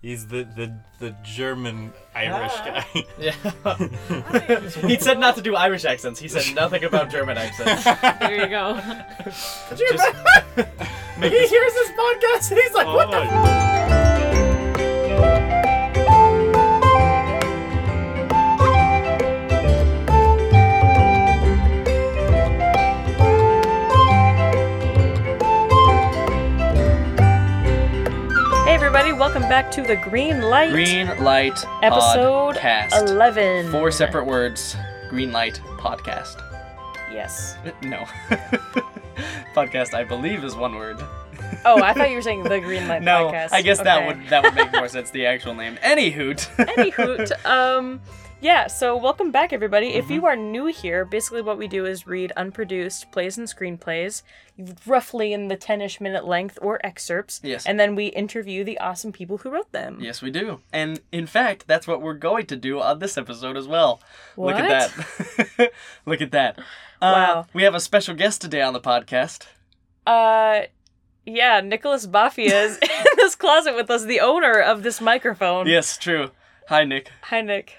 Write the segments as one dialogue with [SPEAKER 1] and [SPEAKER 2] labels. [SPEAKER 1] He's the the, the German Irish
[SPEAKER 2] Ah.
[SPEAKER 1] guy.
[SPEAKER 3] Yeah. he said not to do Irish accents. He said nothing about German accents.
[SPEAKER 4] There you go.
[SPEAKER 3] Could you imagine?
[SPEAKER 2] He hears this podcast and he's like, what
[SPEAKER 3] Oh.
[SPEAKER 2] the? F-?
[SPEAKER 4] Hey everybody, welcome back to the Green Light
[SPEAKER 3] Green light
[SPEAKER 4] episode
[SPEAKER 3] podcast.
[SPEAKER 4] eleven.
[SPEAKER 3] Four separate words. Green light podcast.
[SPEAKER 4] Yes.
[SPEAKER 3] No. podcast, I believe, is one word.
[SPEAKER 4] Oh, I thought you were saying the Green Light
[SPEAKER 3] No,
[SPEAKER 4] podcast.
[SPEAKER 3] I guess that
[SPEAKER 4] Okay.
[SPEAKER 3] would that would make more sense. The actual name. Any hoot.
[SPEAKER 4] Any hoot. Um, yeah, so welcome back, everybody. If
[SPEAKER 3] Mm-hmm.
[SPEAKER 4] you are new here, basically what we do is read unproduced plays and screenplays, roughly in the 10 ish minute length or excerpts.
[SPEAKER 3] Yes.
[SPEAKER 4] And then we interview the awesome people who wrote them.
[SPEAKER 3] Yes, we do. And in fact, that's what we're going to do on this episode as well. Look at that. Look at that. Uh,
[SPEAKER 4] Wow.
[SPEAKER 3] We have a special guest today on the podcast.
[SPEAKER 4] Uh, yeah, Nicholas Bafia is in this closet with us, the owner of this microphone.
[SPEAKER 3] Yes, true. Hi, Nick.
[SPEAKER 4] Hi, Nick.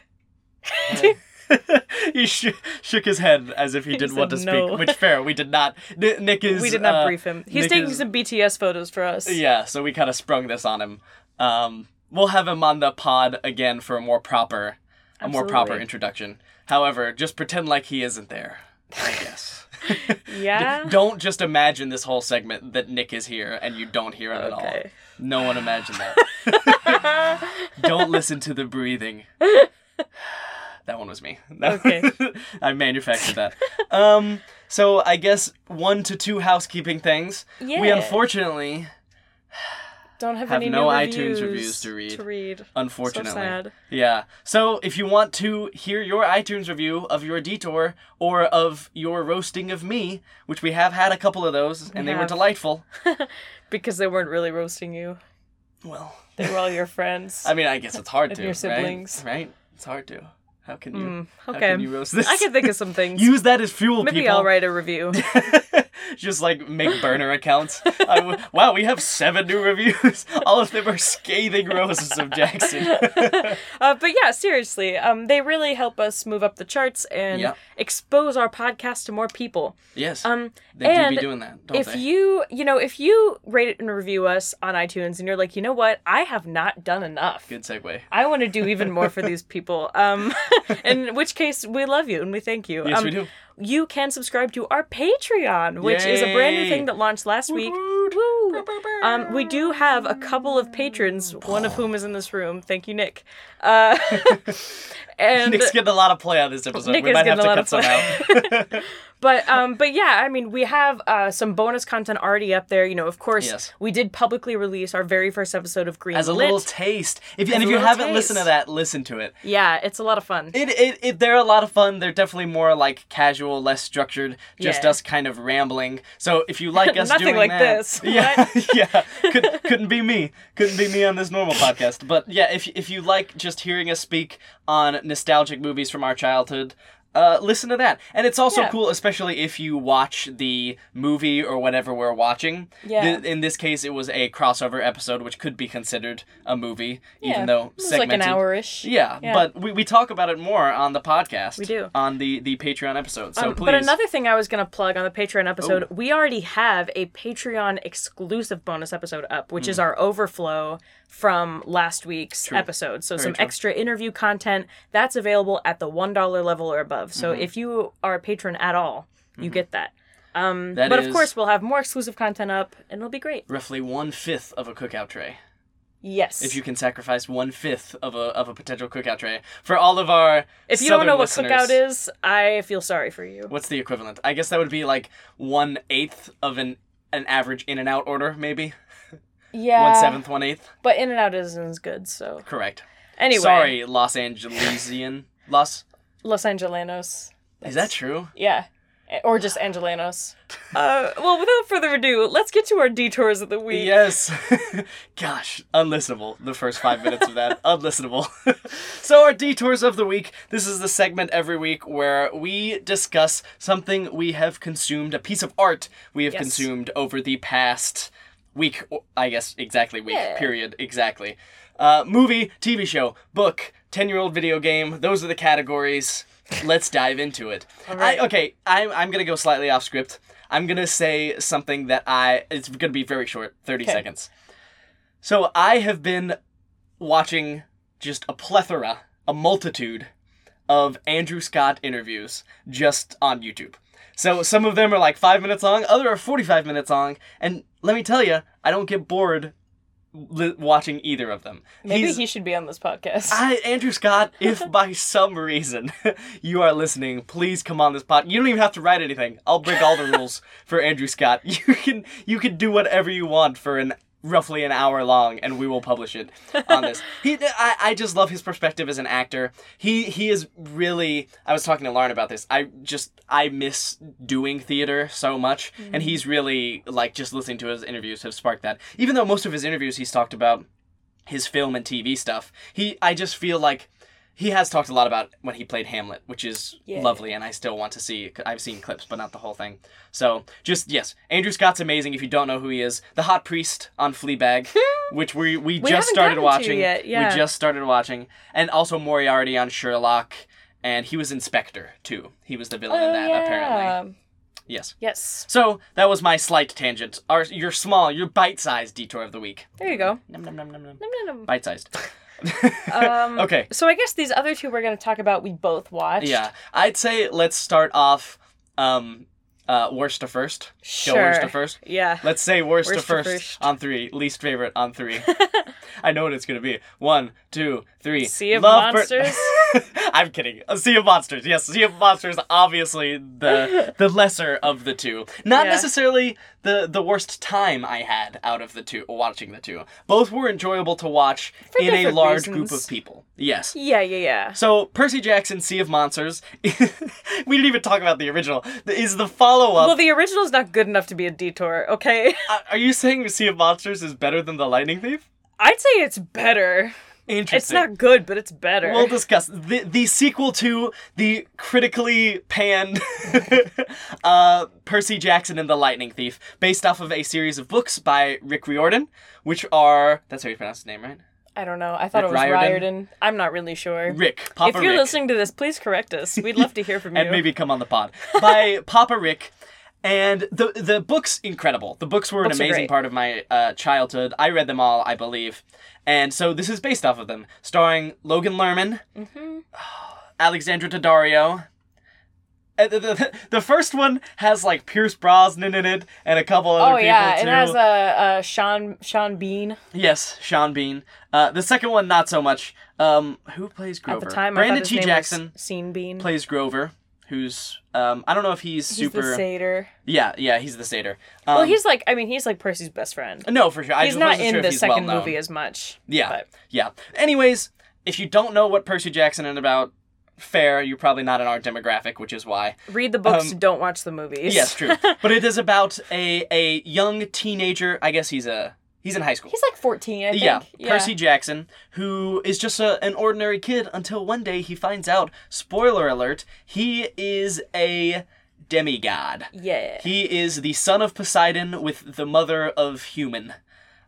[SPEAKER 3] he sh- shook his head as if he did
[SPEAKER 4] He
[SPEAKER 3] want to
[SPEAKER 4] said
[SPEAKER 3] speak,
[SPEAKER 4] no.
[SPEAKER 3] which fair, we did not. N- Nick is.
[SPEAKER 4] we did not
[SPEAKER 3] uh,
[SPEAKER 4] brief him. He's
[SPEAKER 3] Nick
[SPEAKER 4] taking
[SPEAKER 3] is-
[SPEAKER 4] some BTS photos for us.
[SPEAKER 3] Yeah, so we kind of sprung this on him. Um, we'll have him on the pod again for a more proper, a more proper
[SPEAKER 4] Absolutely.
[SPEAKER 3] introduction. However, just pretend like he isn't there. I guess.
[SPEAKER 4] Yeah.
[SPEAKER 3] don't just imagine this whole segment that Nick is here and you don't hear it at all.
[SPEAKER 4] Okay.
[SPEAKER 3] No one imagined that. don't listen to the breathing. That one was me. That-
[SPEAKER 4] Okay.
[SPEAKER 3] I manufactured that. Um, so I guess one to two housekeeping things. We
[SPEAKER 4] Yeah.
[SPEAKER 3] unfortunately,
[SPEAKER 4] Don't have,
[SPEAKER 3] Have
[SPEAKER 4] any
[SPEAKER 3] no
[SPEAKER 4] new
[SPEAKER 3] iTunes reviews to read.
[SPEAKER 4] To read.
[SPEAKER 3] unfortunately,
[SPEAKER 4] So sad.
[SPEAKER 3] yeah. So if you want to hear your iTunes review of your detour or of your roasting of me, which we have had a couple of those and they were
[SPEAKER 4] have.
[SPEAKER 3] delightful.
[SPEAKER 4] Because they weren't really roasting you.
[SPEAKER 3] Well,
[SPEAKER 4] They were all your friends.
[SPEAKER 3] I mean, I guess it's hard to.
[SPEAKER 4] your
[SPEAKER 3] right?
[SPEAKER 4] siblings. Mm,
[SPEAKER 3] right? It's hard to. How can you? How
[SPEAKER 4] okay.
[SPEAKER 3] can you roast this?
[SPEAKER 4] I can think of some things.
[SPEAKER 3] Use that as fuel,
[SPEAKER 4] Maybe
[SPEAKER 3] people.
[SPEAKER 4] I'll write a review.
[SPEAKER 3] just like make burner accounts. I w- wow, we have seven new reviews. All of them are scathing roses of Jackson.
[SPEAKER 4] uh, but yeah, seriously, um, they really help us move up the charts and
[SPEAKER 3] Yeah.
[SPEAKER 4] expose our podcast to more people.
[SPEAKER 3] yes,
[SPEAKER 4] Um,
[SPEAKER 3] they do
[SPEAKER 4] and
[SPEAKER 3] be doing that, don't
[SPEAKER 4] if
[SPEAKER 3] they?
[SPEAKER 4] you, you know, if you rate and review us on iTunes, and you're like, you know what, I have not done enough.
[SPEAKER 3] Good segue.
[SPEAKER 4] I want to do even more for these people. Um, in which case, we love you and we thank you.
[SPEAKER 3] Yes,
[SPEAKER 4] um,
[SPEAKER 3] we do.
[SPEAKER 4] You can subscribe to our Patreon, which is a brand new
[SPEAKER 3] Yay.
[SPEAKER 4] thing that launched last week. Woo. Um, we do have a couple of patrons, one of whom is in this room. Thank you, Nick. Uh, and
[SPEAKER 3] Nick's getting a lot of play on this episode.
[SPEAKER 4] Nick
[SPEAKER 3] we
[SPEAKER 4] is
[SPEAKER 3] might have
[SPEAKER 4] getting
[SPEAKER 3] to
[SPEAKER 4] a lot
[SPEAKER 3] cut
[SPEAKER 4] of
[SPEAKER 3] some out.
[SPEAKER 4] but um, but yeah, I mean, we have uh, some bonus content already up there. You know, of course,
[SPEAKER 3] Yes.
[SPEAKER 4] we did publicly release our very first episode of Green
[SPEAKER 3] As a
[SPEAKER 4] Lit.
[SPEAKER 3] little taste. If, and
[SPEAKER 4] a
[SPEAKER 3] if you
[SPEAKER 4] little
[SPEAKER 3] haven't listened to
[SPEAKER 4] taste.
[SPEAKER 3] that, listen to it.
[SPEAKER 4] yeah, it's a lot of fun.
[SPEAKER 3] It, it, it they're a lot of fun. They're definitely more like casual, less structured, just
[SPEAKER 4] Yeah.
[SPEAKER 3] us kind of rambling. So if you like us
[SPEAKER 4] Nothing
[SPEAKER 3] doing
[SPEAKER 4] like
[SPEAKER 3] that,
[SPEAKER 4] this.
[SPEAKER 3] yeah, yeah, could, couldn't be me, couldn't be me on this normal podcast. But yeah, if if you like just hearing us speak on nostalgic movies from our childhood. Uh, listen to that, and it's also
[SPEAKER 4] Yeah.
[SPEAKER 3] cool, especially if you watch the movie or whatever we're watching.
[SPEAKER 4] Yeah.
[SPEAKER 3] Th- in this case, it was a crossover episode, which could be considered a movie,
[SPEAKER 4] Yeah,
[SPEAKER 3] even though
[SPEAKER 4] it was like an
[SPEAKER 3] segmented.
[SPEAKER 4] hour-ish.
[SPEAKER 3] Yeah,
[SPEAKER 4] Yeah.
[SPEAKER 3] but we, we talk about it more on the podcast. We
[SPEAKER 4] do.
[SPEAKER 3] On the, the Patreon episode. So
[SPEAKER 4] Um,
[SPEAKER 3] please. Oh.
[SPEAKER 4] But another thing I was going to plug on the Patreon episode, we already have a Patreon exclusive bonus episode up, which
[SPEAKER 3] Hmm.
[SPEAKER 4] is our overflow from last week's episode. So some extra interview content that's available at the $1 level or above. So
[SPEAKER 3] Mm-hmm.
[SPEAKER 4] if you are a patron at all, you get that.
[SPEAKER 3] that
[SPEAKER 4] but
[SPEAKER 3] is
[SPEAKER 4] of course, we'll have more exclusive content up and it'll be great.
[SPEAKER 3] roughly one fifth of a cookout tray.
[SPEAKER 4] Yes.
[SPEAKER 3] If you can sacrifice one fifth of a of a potential cookout tray for all of our
[SPEAKER 4] If you don't know what
[SPEAKER 3] listeners,
[SPEAKER 4] cookout is, I feel sorry for you.
[SPEAKER 3] what's the equivalent? I guess that would be like one eighth of an an average in and out order, maybe
[SPEAKER 4] Yeah.
[SPEAKER 3] one seventh, one eighth.
[SPEAKER 4] But In and Out isn't as good, so.
[SPEAKER 3] Correct.
[SPEAKER 4] Anyway.
[SPEAKER 3] Sorry, Los Angelesian. Los.
[SPEAKER 4] Los Angelanos.
[SPEAKER 3] Is that true?
[SPEAKER 4] Yeah. A- Or just Angelanos. uh, well, without further ado, let's get to our detours of the week.
[SPEAKER 3] Yes. Gosh, unlistenable. The first five minutes of that, unlistenable. so, our detours of the week this is the segment every week where we discuss something we have consumed, a piece of art we have
[SPEAKER 4] Yes.
[SPEAKER 3] consumed over the past week, or- I guess exactly week,
[SPEAKER 4] Yeah.
[SPEAKER 3] period, exactly. Uh, movie, TV show, book, 10 year old video game, those are the categories. Let's dive into it. I, okay, I'm, I'm going to go slightly off script. I'm going to say something that I, it's going to be very short, 30 seconds. So I have been watching just a plethora, a multitude of Andrew Scott interviews just on YouTube. So some of them are like five minutes long, other are 45 minutes long, and let me tell you, I don't get bored li- watching either of them.
[SPEAKER 4] Maybe
[SPEAKER 3] He's-
[SPEAKER 4] he should be on this podcast.
[SPEAKER 3] I, Andrew Scott, if by some reason you are listening, please come on this pod. You don't even have to write anything. I'll break all the rules for Andrew Scott. You can you can do whatever you want for an roughly an hour long, and we will publish it on this. He, I, I just love his perspective as an actor. He he is really. I was talking to Lauren about this. I just I miss doing theater so much, and he's really like just listening to his interviews have sparked that. Even though most of his interviews he's talked about his film and TV stuff. He, I just feel like he has talked a lot about when he played Hamlet, which is
[SPEAKER 4] Yeah.
[SPEAKER 3] lovely, and I still want to see. I've seen clips, but not the whole thing. So, just yes, Andrew Scott's amazing. If you don't know who he is, the hot priest on Fleabag, which we we, just
[SPEAKER 4] haven't
[SPEAKER 3] started
[SPEAKER 4] gotten to
[SPEAKER 3] watching.
[SPEAKER 4] yet, yeah.
[SPEAKER 3] We just started watching, and also Moriarty on Sherlock, and he was Inspector too. He was the villain in that apparently. Yes.
[SPEAKER 4] Oh, Yes.
[SPEAKER 3] So that was my slight tangent. Our your small, your bite-sized detour of the week.
[SPEAKER 4] There you go.
[SPEAKER 3] Nom nom nom nom nom.
[SPEAKER 4] Nom, nom, nom.
[SPEAKER 3] Bite-sized.
[SPEAKER 4] Um,
[SPEAKER 3] Okay.
[SPEAKER 4] So I guess these other two we're going to talk about, we both watched.
[SPEAKER 3] Yeah, I'd say let's start off um, uh, worst to first. Go worst to
[SPEAKER 4] Sure.
[SPEAKER 3] first.
[SPEAKER 4] Yeah.
[SPEAKER 3] Let's say worst, to,
[SPEAKER 4] Worst to
[SPEAKER 3] first
[SPEAKER 4] first.
[SPEAKER 3] on three. Least favorite on three. I know what it's gonna be. One, two, three.
[SPEAKER 4] Sea of
[SPEAKER 3] per-
[SPEAKER 4] Monsters?
[SPEAKER 3] I'm kidding. A sea of monsters. Yes, sea of monsters. Obviously, the the lesser of the two. Not
[SPEAKER 4] Yeah.
[SPEAKER 3] necessarily the the worst time I had out of the two watching the two. Both were enjoyable to watch in a
[SPEAKER 4] different
[SPEAKER 3] large group
[SPEAKER 4] reasons.
[SPEAKER 3] of people. Yes.
[SPEAKER 4] Yeah, yeah, yeah.
[SPEAKER 3] So Percy Jackson, Sea of Monsters. we didn't even talk about the original. Is the follow up?
[SPEAKER 4] Well, the original's not good enough to be a detour, okay?
[SPEAKER 3] are you saying Sea of Monsters is better than the Lightning Thief?
[SPEAKER 4] I'd say it's better.
[SPEAKER 3] Interesting.
[SPEAKER 4] It's not good, but it's better.
[SPEAKER 3] We'll discuss the the sequel to the critically panned uh, Percy Jackson and the Lightning Thief, based off of a series of books by Rick Riordan, which are that's how you pronounce his name, right?
[SPEAKER 4] I don't know. I thought
[SPEAKER 3] Rick
[SPEAKER 4] it was
[SPEAKER 3] Riordan?
[SPEAKER 4] Riordan. I'm not really sure.
[SPEAKER 3] Rick Papa
[SPEAKER 4] if you're
[SPEAKER 3] Rick.
[SPEAKER 4] listening to this, please correct us. We'd love to hear from you.
[SPEAKER 3] and maybe come on the pod by Papa Rick. And the the books incredible. The books were
[SPEAKER 4] Books are
[SPEAKER 3] an amazing
[SPEAKER 4] great.
[SPEAKER 3] part of my uh, childhood. I read them all, I believe. And so this is based off of them, starring Logan Lerman,
[SPEAKER 4] Mm-hmm.
[SPEAKER 3] Alexandra Daddario. And The, the, the first one has like Pierce Brosnan in it and a couple other
[SPEAKER 4] oh
[SPEAKER 3] people
[SPEAKER 4] yeah,
[SPEAKER 3] too.
[SPEAKER 4] it has a uh, uh, Sean Sean Bean.
[SPEAKER 3] Yes, Sean Bean. Uh, the second one not so much. Um, who plays
[SPEAKER 4] At
[SPEAKER 3] Grover?
[SPEAKER 4] the time, I
[SPEAKER 3] Brandon
[SPEAKER 4] thought his
[SPEAKER 3] T.
[SPEAKER 4] name
[SPEAKER 3] Jackson
[SPEAKER 4] was Scene Bean.
[SPEAKER 3] plays Grover, who's um, I don't know if he's,
[SPEAKER 4] he's
[SPEAKER 3] super. um,
[SPEAKER 4] the satyr.
[SPEAKER 3] Yeah, yeah, he's the satyr. Um,
[SPEAKER 4] Well, he's like I mean, he's like Percy's best friend.
[SPEAKER 3] no for sure. I
[SPEAKER 4] He's
[SPEAKER 3] just
[SPEAKER 4] not
[SPEAKER 3] wasn't
[SPEAKER 4] in
[SPEAKER 3] sure if
[SPEAKER 4] the
[SPEAKER 3] he's
[SPEAKER 4] second
[SPEAKER 3] well-known.
[SPEAKER 4] movie as much.
[SPEAKER 3] Yeah,
[SPEAKER 4] but-
[SPEAKER 3] yeah. Anyways, if you don't know what Percy Jackson is about, fair, you're probably not in our demographic, which is why.
[SPEAKER 4] Read the books, don't watch the movies.
[SPEAKER 3] Um, Yes, true. but it is about a a young teenager. I guess he's a he's in high school.
[SPEAKER 4] he's like 14, I think.
[SPEAKER 3] yeah, Percy Jackson, who is just a, an ordinary kid until one day he finds out. Spoiler alert: he is a demigod.
[SPEAKER 4] Yeah.
[SPEAKER 3] He is the son of Poseidon with the mother of human,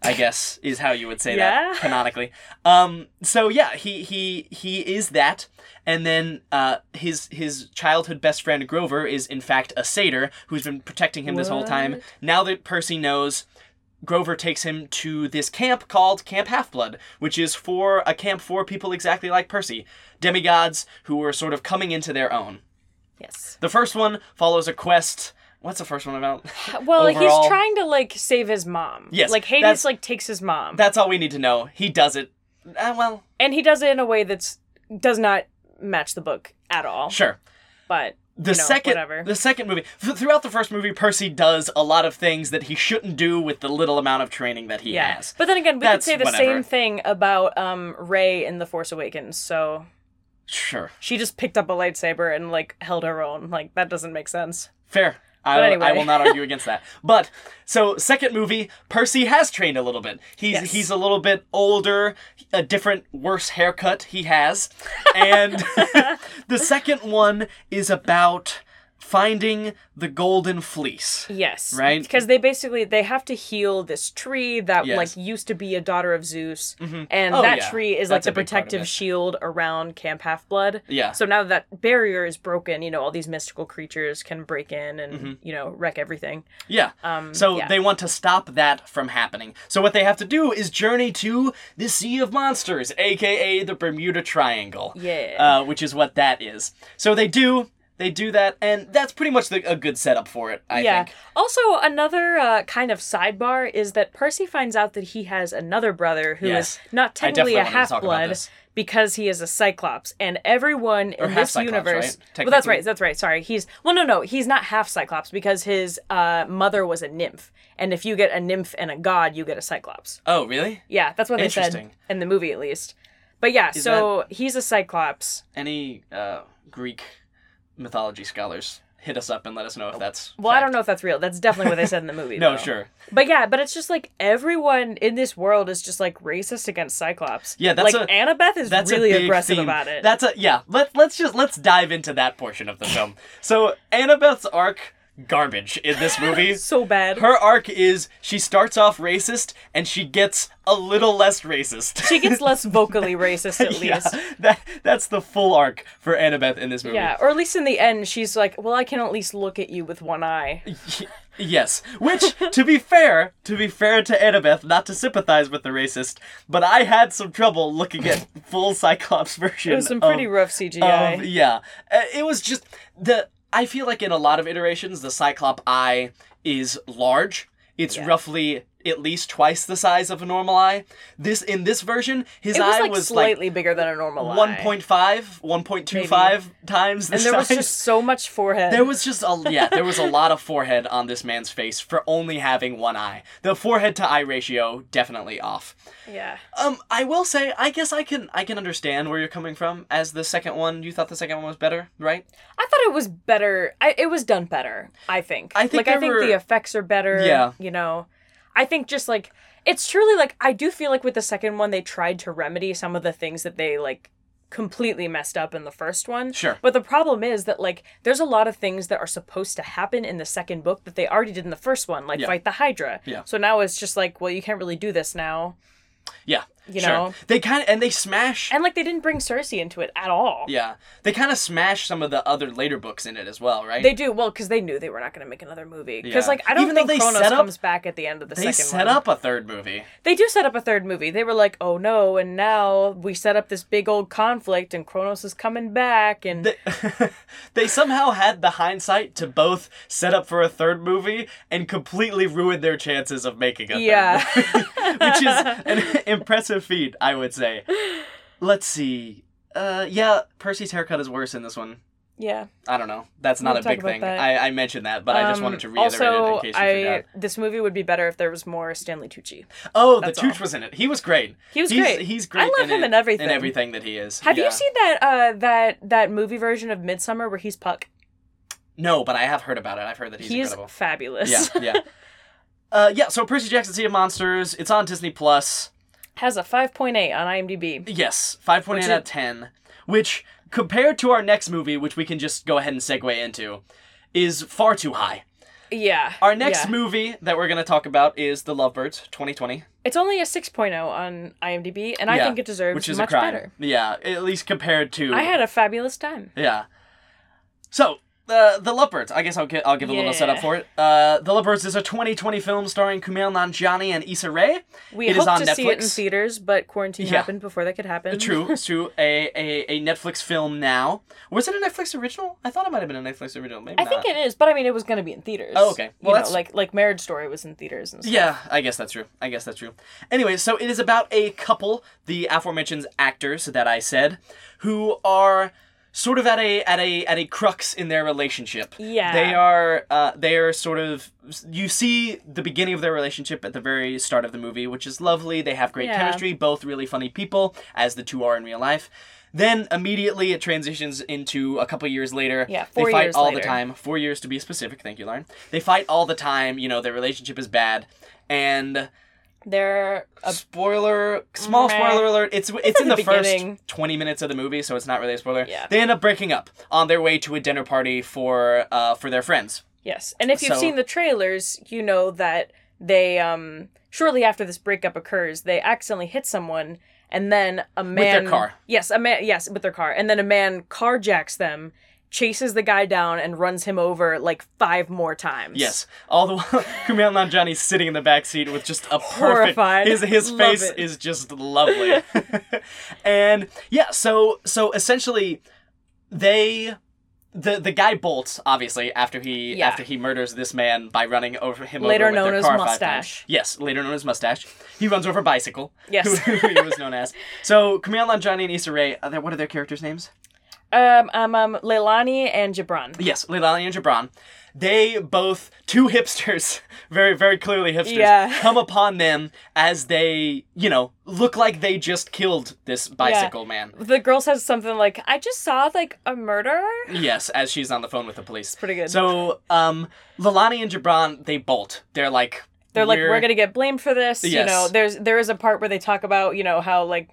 [SPEAKER 3] I guess is how you would say that
[SPEAKER 4] Yeah.
[SPEAKER 3] canonically. Um, so yeah, he he he is that, and then uh, his his childhood best friend Grover is in fact a satyr who's been protecting him this whole time. Now that Percy knows. Grover takes him to this camp called Camp Half Blood, which is for a camp for people exactly like Percy, demigods who are sort of coming into their own.
[SPEAKER 4] Yes.
[SPEAKER 3] The first one follows a quest. What's the first one about?
[SPEAKER 4] Well,
[SPEAKER 3] Overall-
[SPEAKER 4] he's trying to like save his mom.
[SPEAKER 3] Yes,
[SPEAKER 4] Like Hades
[SPEAKER 3] that's-
[SPEAKER 4] like takes his mom.
[SPEAKER 3] That's all we need to know. He does it. Uh, well,
[SPEAKER 4] and he does it in a way that's does not match the book at all.
[SPEAKER 3] sure.
[SPEAKER 4] But
[SPEAKER 3] The
[SPEAKER 4] you know,
[SPEAKER 3] second,
[SPEAKER 4] whatever.
[SPEAKER 3] the second movie. Th- throughout the first movie, Percy does a lot of things that he shouldn't do with the little amount of training that he
[SPEAKER 4] yeah.
[SPEAKER 3] has.
[SPEAKER 4] But then again, we could
[SPEAKER 3] That's
[SPEAKER 4] say the
[SPEAKER 3] whatever.
[SPEAKER 4] same thing about um Ray in The Force Awakens. So
[SPEAKER 3] Sure,
[SPEAKER 4] she just picked up a lightsaber and like held her own. Like that doesn't make sense.
[SPEAKER 3] fair. I,
[SPEAKER 4] But
[SPEAKER 3] will- I
[SPEAKER 4] anyway.
[SPEAKER 3] will not argue against that. But so second movie, Percy has trained a little bit. He's
[SPEAKER 4] Yes.
[SPEAKER 3] he's a little bit older, a different worse haircut he has, and the second one is about finding the golden fleece.
[SPEAKER 4] Yes.
[SPEAKER 3] Right?
[SPEAKER 4] Because they basically they have to heal this tree that
[SPEAKER 3] Yes.
[SPEAKER 4] like used to be a daughter of Zeus,
[SPEAKER 3] Mhm.
[SPEAKER 4] and
[SPEAKER 3] Oh,
[SPEAKER 4] that
[SPEAKER 3] yeah.
[SPEAKER 4] tree is
[SPEAKER 3] That's a
[SPEAKER 4] like the
[SPEAKER 3] big part of it.
[SPEAKER 4] protective shield around Camp Half Blood.
[SPEAKER 3] Yeah.
[SPEAKER 4] So now that that barrier is broken, you know all these mystical creatures can break in and
[SPEAKER 3] Mm-hmm.
[SPEAKER 4] you know wreck everything.
[SPEAKER 3] Yeah.
[SPEAKER 4] Um,
[SPEAKER 3] so
[SPEAKER 4] yeah.
[SPEAKER 3] they want to stop that from happening. So what they have to do is journey to the Sea of Monsters, aka the Bermuda Triangle.
[SPEAKER 4] Yeah.
[SPEAKER 3] Uh, which is what that is. So they do. They do that, and that's pretty much the, a good setup for it. I
[SPEAKER 4] yeah.
[SPEAKER 3] think.
[SPEAKER 4] Also, another uh, kind of sidebar is that Percy finds out that he has another brother who is
[SPEAKER 3] Yes.
[SPEAKER 4] not
[SPEAKER 3] I definitely
[SPEAKER 4] technically a
[SPEAKER 3] wanted to talk
[SPEAKER 4] half
[SPEAKER 3] about
[SPEAKER 4] blood
[SPEAKER 3] this.
[SPEAKER 4] because he is a Cyclops, and everyone in this
[SPEAKER 3] half-Cyclops,
[SPEAKER 4] universe.
[SPEAKER 3] right?
[SPEAKER 4] Well, that's
[SPEAKER 3] Technically.
[SPEAKER 4] right. That's right. Sorry, he's well, no, no, he's not half Cyclops because his uh, mother was a nymph, and if you get a nymph and a god, you get a Cyclops.
[SPEAKER 3] Oh, really?
[SPEAKER 4] Yeah, that's what they said
[SPEAKER 3] Interesting.
[SPEAKER 4] in the movie, at least. But yeah, so he's a Cyclops.
[SPEAKER 3] Any uh, Greek mythology scholars hit us up and let us know
[SPEAKER 4] Oh,
[SPEAKER 3] if that's.
[SPEAKER 4] Well, I don't know if that's real. That's definitely what they said in the movie.
[SPEAKER 3] No,
[SPEAKER 4] though.
[SPEAKER 3] sure.
[SPEAKER 4] But yeah, but it's just like everyone in this world is just like racist against Cyclops.
[SPEAKER 3] Yeah, that's
[SPEAKER 4] like
[SPEAKER 3] a-
[SPEAKER 4] Annabeth is
[SPEAKER 3] That's
[SPEAKER 4] really
[SPEAKER 3] a big
[SPEAKER 4] aggressive
[SPEAKER 3] theme.
[SPEAKER 4] about it.
[SPEAKER 3] That's a yeah. Let let's just let's dive into that portion of the film. so Annabeth's arc garbage in this movie.
[SPEAKER 4] so bad.
[SPEAKER 3] Her arc is she starts off racist and she gets a little less racist.
[SPEAKER 4] she gets less vocally racist at
[SPEAKER 3] yeah,
[SPEAKER 4] least.
[SPEAKER 3] that that's the full arc for Annabeth in this movie.
[SPEAKER 4] Yeah, or at least in the end, she's like, "Well, I can at least look at you with one eye."
[SPEAKER 3] Yes, which to be fair, to be fair to Annabeth, not to sympathize with the racist, but I had some trouble looking at full Cyclops version.
[SPEAKER 4] It was some pretty
[SPEAKER 3] of,
[SPEAKER 4] rough
[SPEAKER 3] of-
[SPEAKER 4] CGI.
[SPEAKER 3] yeah, Uh, it was just the. I feel like in a lot of iterations, the Cyclop eye is large. It's roughly at least twice the size of a normal eye. This in this version, his
[SPEAKER 4] it was
[SPEAKER 3] eye
[SPEAKER 4] like
[SPEAKER 3] was like
[SPEAKER 4] slightly bigger than a normal eye.
[SPEAKER 3] 1.5, 1.25 times the
[SPEAKER 4] and there was
[SPEAKER 3] size.
[SPEAKER 4] just so much forehead.
[SPEAKER 3] There was just a yeah, there was a lot of forehead on this man's face for only having one eye. The forehead to eye ratio definitely off.
[SPEAKER 4] yeah.
[SPEAKER 3] Um, I will say, I guess I can I can understand where you're coming from. As the second one, you thought the second one was better, right?
[SPEAKER 4] I thought it was better. I, it was done better. I think.
[SPEAKER 3] I think
[SPEAKER 4] like I
[SPEAKER 3] there
[SPEAKER 4] think
[SPEAKER 3] were-
[SPEAKER 4] the effects are better.
[SPEAKER 3] Yeah.
[SPEAKER 4] You know, I think just like it's truly like I do feel like with the second one they tried to remedy some of the things that they like completely messed up in the first one.
[SPEAKER 3] Sure.
[SPEAKER 4] But the problem is that like there's a lot of things that are supposed to happen in the second book that they already did in the first one, like
[SPEAKER 3] Yeah.
[SPEAKER 4] fight the Hydra.
[SPEAKER 3] Yeah.
[SPEAKER 4] So now it's just like, well, you can't really do this now,
[SPEAKER 3] Yeah.
[SPEAKER 4] you
[SPEAKER 3] sure.
[SPEAKER 4] know.
[SPEAKER 3] They kind of and they smash.
[SPEAKER 4] And like they didn't bring Cersei into it at all.
[SPEAKER 3] yeah, they kind of smash some of the other later books in it as well, right?
[SPEAKER 4] They do well because they knew they were not going to make another movie. Because
[SPEAKER 3] Yeah.
[SPEAKER 4] like I don't
[SPEAKER 3] Even though
[SPEAKER 4] think
[SPEAKER 3] they
[SPEAKER 4] Kronos
[SPEAKER 3] set up-
[SPEAKER 4] comes back at the end of the
[SPEAKER 3] They
[SPEAKER 4] second
[SPEAKER 3] set
[SPEAKER 4] one.
[SPEAKER 3] up a third movie.
[SPEAKER 4] They do set up a third movie. They were like, oh no, and now we set up this big old conflict, and Kronos is coming back, and
[SPEAKER 3] They- they somehow had the hindsight to both set up for a third movie and completely ruin their chances of making a
[SPEAKER 4] Yeah.
[SPEAKER 3] third movie, which is an impressive feat, I would say. Let's see. Uh, yeah, Percy's haircut is worse in this one.
[SPEAKER 4] yeah.
[SPEAKER 3] I don't know. That's not
[SPEAKER 4] We'll
[SPEAKER 3] a big
[SPEAKER 4] talk about
[SPEAKER 3] thing.
[SPEAKER 4] that.
[SPEAKER 3] I, I mentioned that, but I just
[SPEAKER 4] Um,
[SPEAKER 3] wanted to reiterate it
[SPEAKER 4] also,
[SPEAKER 3] in case you
[SPEAKER 4] I
[SPEAKER 3] forgot.
[SPEAKER 4] this movie would be better if there was more Stanley Tucci.
[SPEAKER 3] Oh, the
[SPEAKER 4] that's
[SPEAKER 3] Tooch
[SPEAKER 4] all.
[SPEAKER 3] was in it. He was great.
[SPEAKER 4] He was
[SPEAKER 3] he's,
[SPEAKER 4] great.
[SPEAKER 3] He's
[SPEAKER 4] I
[SPEAKER 3] great.
[SPEAKER 4] love him
[SPEAKER 3] it-
[SPEAKER 4] in
[SPEAKER 3] In
[SPEAKER 4] everything.
[SPEAKER 3] everything that he is.
[SPEAKER 4] Have
[SPEAKER 3] Yeah.
[SPEAKER 4] you seen that uh that that movie version of Midsummer where he's Puck?
[SPEAKER 3] No, but I have heard about it. I've heard that he's
[SPEAKER 4] He is
[SPEAKER 3] incredible.
[SPEAKER 4] fabulous.
[SPEAKER 3] yeah, yeah. Uh, yeah, so Percy Jackson Sea of Monsters, it's on Disney Plus.
[SPEAKER 4] Has a five point eight on IMDb.
[SPEAKER 3] Yes, 5.8
[SPEAKER 4] Which
[SPEAKER 3] out
[SPEAKER 4] is-
[SPEAKER 3] of 10, which compared to our next movie, which we can just go ahead and segue into, is far too high.
[SPEAKER 4] Yeah.
[SPEAKER 3] Our next
[SPEAKER 4] yeah.
[SPEAKER 3] movie that we're going to talk about is The Lovebirds 2020.
[SPEAKER 4] It's only a 6.0 on IMDb, and I
[SPEAKER 3] Yeah,
[SPEAKER 4] think it deserves
[SPEAKER 3] which is
[SPEAKER 4] much
[SPEAKER 3] a crime.
[SPEAKER 4] better.
[SPEAKER 3] Yeah, at least compared to
[SPEAKER 4] I had a fabulous time.
[SPEAKER 3] Yeah. So, uh, The Lovebirds. I guess I'll, gi- I'll give a little
[SPEAKER 4] Yeah.
[SPEAKER 3] setup for it. Uh, the Lovebirds is a 2020 film starring Kumail Nanjiani and Issa Rae.
[SPEAKER 4] We
[SPEAKER 3] It is
[SPEAKER 4] hoped
[SPEAKER 3] on
[SPEAKER 4] to see it in
[SPEAKER 3] Netflix.
[SPEAKER 4] theaters, but quarantine
[SPEAKER 3] Yeah.
[SPEAKER 4] happened before that could happen.
[SPEAKER 3] True, it's true. A, a a Netflix film now. Was it a Netflix original? I thought it might have been a Netflix original. Maybe
[SPEAKER 4] I
[SPEAKER 3] not.
[SPEAKER 4] think it is, but I mean, it was going to be in theaters.
[SPEAKER 3] Oh, okay. Well,
[SPEAKER 4] you know,
[SPEAKER 3] that's-
[SPEAKER 4] like like Marriage Story was in theaters and stuff.
[SPEAKER 3] Yeah, I guess that's true. I guess that's true. Anyway, so it is about a couple, the aforementioned actors that I said, who are sort of at a at a at a crux in their relationship.
[SPEAKER 4] Yeah.
[SPEAKER 3] They are uh, they are sort of you see the beginning of their relationship at the very start of the movie, which is lovely. They have great
[SPEAKER 4] Yeah.
[SPEAKER 3] chemistry, both really funny people as the two are in real life. Then immediately it transitions into a couple years later.
[SPEAKER 4] Yeah,
[SPEAKER 3] they
[SPEAKER 4] four
[SPEAKER 3] fight
[SPEAKER 4] years
[SPEAKER 3] all the
[SPEAKER 4] later.
[SPEAKER 3] time. Four years to be specific. Thank you, Lauren. They fight all the time. You know their relationship is bad, and
[SPEAKER 4] They're a
[SPEAKER 3] spoiler small spoiler alert it's it's in
[SPEAKER 4] the
[SPEAKER 3] the, first
[SPEAKER 4] beginning.
[SPEAKER 3] 20 minutes of the movie so it's not really a spoiler
[SPEAKER 4] Yeah.
[SPEAKER 3] they end up breaking up on their way to a dinner party for uh for their friends
[SPEAKER 4] Yes, and if you've
[SPEAKER 3] So-
[SPEAKER 4] seen the trailers, you know that they um shortly after this breakup occurs, they accidentally hit someone, and then a man
[SPEAKER 3] car.
[SPEAKER 4] Yes, a man. Yes, with their car, and then a man carjacks them, chases the guy down, and runs him over like five more times.
[SPEAKER 3] yes all the while kumail nanjiani's sitting in the back seat with just a perfect
[SPEAKER 4] Horrified.
[SPEAKER 3] his his
[SPEAKER 4] Love
[SPEAKER 3] face
[SPEAKER 4] it.
[SPEAKER 3] is just lovely and yeah so so essentially they the the guy bolts obviously after he
[SPEAKER 4] Yeah.
[SPEAKER 3] after he murders this man by running over him
[SPEAKER 4] Later
[SPEAKER 3] over with
[SPEAKER 4] known
[SPEAKER 3] their
[SPEAKER 4] as
[SPEAKER 3] car five
[SPEAKER 4] Mustache.
[SPEAKER 3] times. Yes, later known as Mustache. He runs over a bicycle.
[SPEAKER 4] Yes.
[SPEAKER 3] who, who he was known as. So Kumail Nanjiani and Issa Rae. Are they, what are their characters' names?
[SPEAKER 4] Um. Um. um Leilani and Gibran.
[SPEAKER 3] Yes, Leilani and Gibran. They both two hipsters, very very clearly hipsters,
[SPEAKER 4] Yeah.
[SPEAKER 3] come upon them as they you know look like they just killed this bicycle man.
[SPEAKER 4] The girl says something like, "I just saw like a murder."
[SPEAKER 3] Yes, as she's on the phone with the police.
[SPEAKER 4] pretty good.
[SPEAKER 3] So, um, Leilani and Gibran, they bolt. They're like,
[SPEAKER 4] They're like, we're gonna get blamed for this. You
[SPEAKER 3] Yes.
[SPEAKER 4] know, there's there is a part where they talk about you know how like.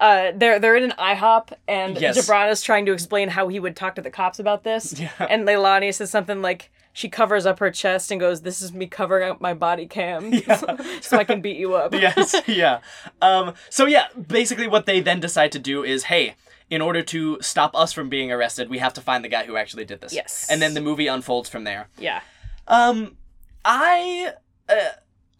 [SPEAKER 4] Uh, they're they're in an IHOP and
[SPEAKER 3] Yes.
[SPEAKER 4] Gibran is trying to explain how he would talk to the cops about this.
[SPEAKER 3] Yeah.
[SPEAKER 4] And Leilani says something like she covers up her chest and goes, "This is me covering up my body cam, so I can beat you up."
[SPEAKER 3] yes, yeah. Um, so yeah, basically what they then decide to do is, hey, in order to stop us from being arrested, we have to find the guy who actually did this.
[SPEAKER 4] Yes.
[SPEAKER 3] And then the movie unfolds from there.
[SPEAKER 4] Yeah.
[SPEAKER 3] Um, I, uh,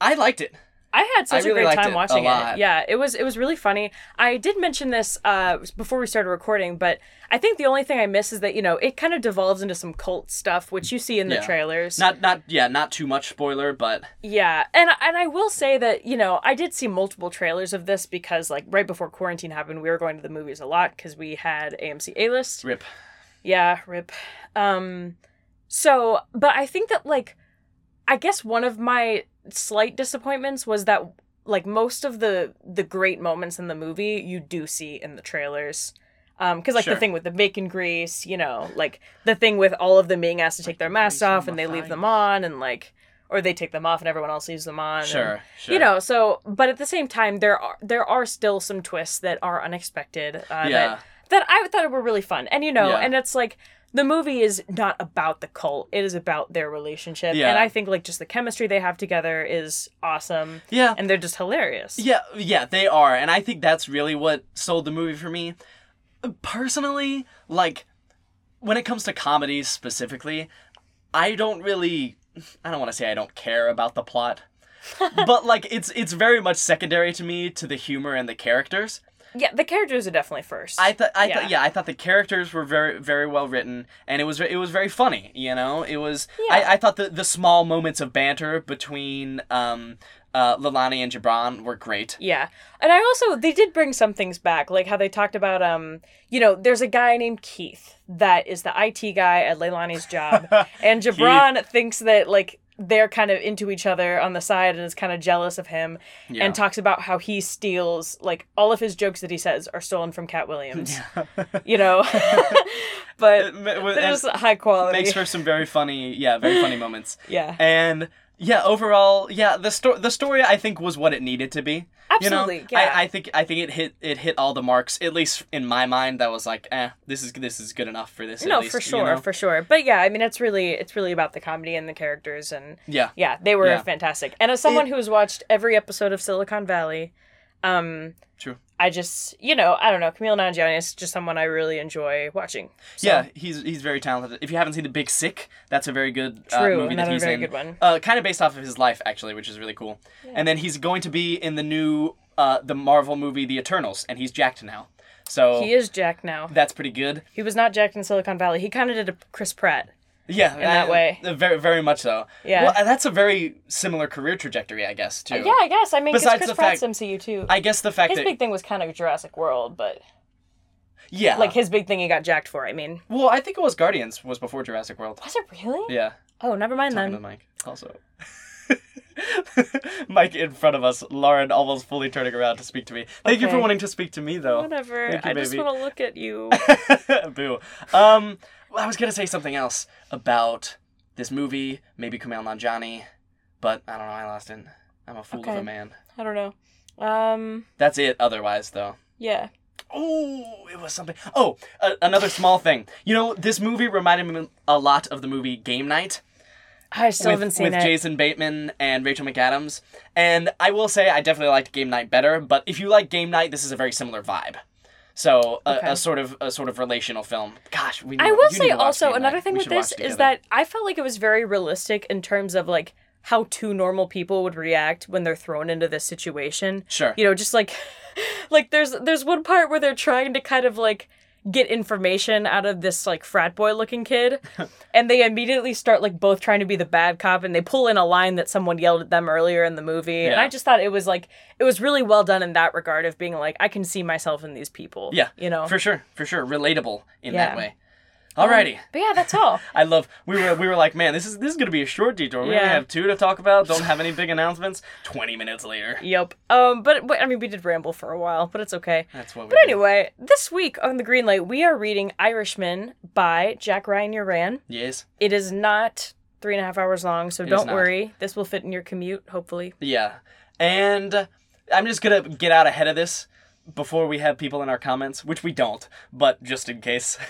[SPEAKER 3] I liked it.
[SPEAKER 4] I had such
[SPEAKER 3] I really
[SPEAKER 4] a great
[SPEAKER 3] liked
[SPEAKER 4] time
[SPEAKER 3] it a
[SPEAKER 4] watching
[SPEAKER 3] lot.
[SPEAKER 4] it. Yeah, it was it was really funny. I did mention this uh, before we started recording, but I think the only thing I miss is that you know it kind of devolves into some cult stuff, which you see in the
[SPEAKER 3] Yeah.
[SPEAKER 4] trailers.
[SPEAKER 3] Not, not, yeah, not too much spoiler, but
[SPEAKER 4] Yeah, and and I will say that you know I did see multiple trailers of this because like right before quarantine happened, we were going to the movies a lot because we had AMC A list.
[SPEAKER 3] rip.
[SPEAKER 4] Yeah, rip. Um, so but I think that like I guess one of my slight disappointments was that like most of the the great moments in the movie you do see in the trailers. Um, because like
[SPEAKER 3] Sure.
[SPEAKER 4] the thing with the bacon grease, you know, like the thing with all of them being asked to take their masks
[SPEAKER 3] grease on
[SPEAKER 4] off and
[SPEAKER 3] my
[SPEAKER 4] they leave
[SPEAKER 3] thighs.
[SPEAKER 4] them on, and like, or they take them off and everyone else leaves them on. and-
[SPEAKER 3] Sure, sure.
[SPEAKER 4] you know so but at the same time there are there are still some twists that are unexpected uh,
[SPEAKER 3] Yeah.
[SPEAKER 4] that that i thought were really fun and you know
[SPEAKER 3] Yeah.
[SPEAKER 4] and it's like the movie is not about the cult it is about their relationship
[SPEAKER 3] Yeah.
[SPEAKER 4] and i think like just the chemistry they have together is awesome
[SPEAKER 3] Yeah.
[SPEAKER 4] and they're just hilarious
[SPEAKER 3] Yeah, yeah, they are, and I think that's really what sold the movie for me. Personally, like when it comes to comedies specifically, I don't really I don't want to say I don't care about the plot. but like it's it's very much secondary to me to the humor and the characters.
[SPEAKER 4] yeah the characters are definitely first
[SPEAKER 3] I thought I
[SPEAKER 4] Yeah.
[SPEAKER 3] thought yeah, I thought the characters were very very well written and it was it was very funny, you know? It was
[SPEAKER 4] Yeah.
[SPEAKER 3] I, I thought the, the small moments of banter between um uh Lilani and Gibran were great.
[SPEAKER 4] Yeah. And I also they did bring some things back, like how they talked about um, you know, there's a guy named Keith that is the IT guy at Leilani's job. and Gibran thinks that like they're kind of into each other on the side and is kind of jealous of him
[SPEAKER 3] Yeah.
[SPEAKER 4] and talks about how he steals like all of his jokes that he says are stolen from Cat Williams. you know. but
[SPEAKER 3] And- and-
[SPEAKER 4] they're just high quality.
[SPEAKER 3] makes for some very funny, yeah, very funny moments.
[SPEAKER 4] Yeah.
[SPEAKER 3] And yeah, overall, yeah, the story the story I think was what it needed to be. you
[SPEAKER 4] Absolutely,
[SPEAKER 3] know?
[SPEAKER 4] yeah.
[SPEAKER 3] I, I think I think it hit it hit all the marks. At least in my mind, that was like, eh, this is this is good enough for this. at
[SPEAKER 4] no,
[SPEAKER 3] least,
[SPEAKER 4] for
[SPEAKER 3] you
[SPEAKER 4] sure,
[SPEAKER 3] know?
[SPEAKER 4] for sure. But yeah, I mean it's really it's really about the comedy and the characters and
[SPEAKER 3] yeah,
[SPEAKER 4] Yeah, they were
[SPEAKER 3] Yeah.
[SPEAKER 4] fantastic. And as someone who has watched every episode of Silicon Valley, um,
[SPEAKER 3] true.
[SPEAKER 4] I just, you know, I don't know, Camille Nanjiani is just someone I really enjoy watching. So,
[SPEAKER 3] Yeah, he's he's very talented. If you haven't seen The Big Sick, that's a very good uh,
[SPEAKER 4] True,
[SPEAKER 3] movie that
[SPEAKER 4] another
[SPEAKER 3] he's
[SPEAKER 4] very
[SPEAKER 3] in.
[SPEAKER 4] good one.
[SPEAKER 3] Uh, kind of based off of his life actually, which is really cool. And then he's going to be in the new uh, the Marvel movie The Eternals, and he's jacked now. So
[SPEAKER 4] He is Jack now.
[SPEAKER 3] that's pretty good.
[SPEAKER 4] He was not Jack in Silicon Valley. He kind of did a Chris Pratt.
[SPEAKER 3] Yeah, in
[SPEAKER 4] that way.
[SPEAKER 3] Very, very much so.
[SPEAKER 4] Yeah.
[SPEAKER 3] Well, uh, that's a very similar career trajectory, I guess. Too.
[SPEAKER 4] Yeah, I guess. I mean, 'cause
[SPEAKER 3] Besides
[SPEAKER 4] Chris
[SPEAKER 3] the
[SPEAKER 4] Pratt's
[SPEAKER 3] fact-
[SPEAKER 4] MCU too.
[SPEAKER 3] I guess the fact
[SPEAKER 4] his
[SPEAKER 3] that
[SPEAKER 4] big thing was kind of Jurassic World, but
[SPEAKER 3] yeah,
[SPEAKER 4] like his big thing he got jacked for. I mean,
[SPEAKER 3] well, I think it was Guardians was before Jurassic World.
[SPEAKER 4] was it really?
[SPEAKER 3] Yeah.
[SPEAKER 4] Oh, never mind
[SPEAKER 3] Talking to
[SPEAKER 4] then.
[SPEAKER 3] Mike also. Mike in front of us, Lauren almost fully turning around to speak to me. Thank you for
[SPEAKER 4] Okay.
[SPEAKER 3] wanting to speak to me though.
[SPEAKER 4] Whatever.
[SPEAKER 3] Thank you,
[SPEAKER 4] I just
[SPEAKER 3] baby.
[SPEAKER 4] want to look at you.
[SPEAKER 3] Boo. Um, well, I was gonna say something else about this movie, maybe Kumail Nanjiani, but I don't know. I lost it. I'm a fool of
[SPEAKER 4] Okay.
[SPEAKER 3] a man.
[SPEAKER 4] I don't know. Um,
[SPEAKER 3] That's it. Otherwise, though.
[SPEAKER 4] yeah.
[SPEAKER 3] Oh, it was something. Oh, a- another small thing. You know, this movie reminded me a lot of the movie Game Night
[SPEAKER 4] I still
[SPEAKER 3] with,
[SPEAKER 4] haven't seen
[SPEAKER 3] with
[SPEAKER 4] it.
[SPEAKER 3] Jason Bateman and Rachel McAdams. And I will say, I definitely liked Game Night better. But if you like Game Night, this is a very similar vibe. So a,
[SPEAKER 4] Okay.
[SPEAKER 3] a sort of a sort of relational film. Gosh, we. Need,
[SPEAKER 4] I will
[SPEAKER 3] you need
[SPEAKER 4] say
[SPEAKER 3] to watch
[SPEAKER 4] also
[SPEAKER 3] Game Night.
[SPEAKER 4] another thing
[SPEAKER 3] We
[SPEAKER 4] with
[SPEAKER 3] should watch
[SPEAKER 4] this
[SPEAKER 3] it
[SPEAKER 4] is
[SPEAKER 3] together.
[SPEAKER 4] that I felt like it was very realistic in terms of like how two normal people would react when they're thrown into this situation.
[SPEAKER 3] Sure.
[SPEAKER 4] You know, just like like there's there's one part where they're trying to kind of like get information out of this like frat boy looking kid and they immediately start like both trying to be the bad cop and they pull in a line that someone yelled at them earlier in the movie and
[SPEAKER 3] Yeah.
[SPEAKER 4] i just thought it was like it was really well done in that regard of being like i can see myself in these people
[SPEAKER 3] Yeah.
[SPEAKER 4] you know
[SPEAKER 3] For sure. For sure. Relatable in
[SPEAKER 4] Yeah. Um,
[SPEAKER 3] that way. Alrighty.
[SPEAKER 4] but yeah that's all
[SPEAKER 3] I love. We were we were like, man, this is this is gonna be a short detour. We only
[SPEAKER 4] Yeah.
[SPEAKER 3] have two to talk about. Don't have any big announcements. Twenty minutes later.
[SPEAKER 4] Yep. Um, but, but I mean, we did ramble for a while, but it's okay.
[SPEAKER 3] That's what we.
[SPEAKER 4] But anyway, this week on the Green Light, we are reading Irishman by Jack Ryan Uran.
[SPEAKER 3] do. Yes.
[SPEAKER 4] It is not three and a half hours long, so
[SPEAKER 3] is
[SPEAKER 4] don't
[SPEAKER 3] not.
[SPEAKER 4] worry. This will fit in your commute, hopefully.
[SPEAKER 3] Yeah. And I'm just gonna get out ahead of this before we have people in our comments, which we don't, but just in case.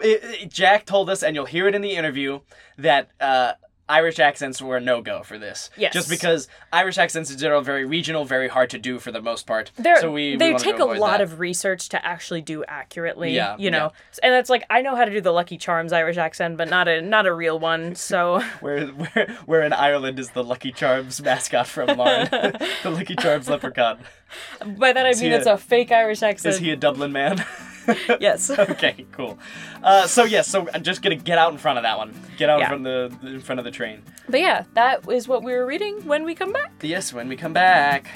[SPEAKER 3] It- it- Jack told us, and you'll hear it in the interview, that uh, Irish accents were a no go for this.
[SPEAKER 4] Yes.
[SPEAKER 3] Just because Irish accents in general are very regional, very hard to do for the most part.
[SPEAKER 4] They're,
[SPEAKER 3] so we, we
[SPEAKER 4] they
[SPEAKER 3] wanted to
[SPEAKER 4] take a
[SPEAKER 3] avoid
[SPEAKER 4] lot
[SPEAKER 3] that.
[SPEAKER 4] of research to actually do accurately.
[SPEAKER 3] Yeah,
[SPEAKER 4] You know, and that's like I know how to do the Lucky Charms Irish accent, but not a not a real one. So
[SPEAKER 3] Where, where, where in Ireland is the Lucky Charms mascot from, Lauren? the Lucky Charms leprechaun.
[SPEAKER 4] by that I mean
[SPEAKER 3] he a-
[SPEAKER 4] it's a fake Irish accent.
[SPEAKER 3] Is he a Dublin man?
[SPEAKER 4] yes.
[SPEAKER 3] okay, cool. Uh, so yes, so I'm just gonna get out in front of that one. Get out
[SPEAKER 4] Yeah.
[SPEAKER 3] from the in front of the train.
[SPEAKER 4] but yeah, that is what we were reading when we come back.
[SPEAKER 3] Yes, when we come back.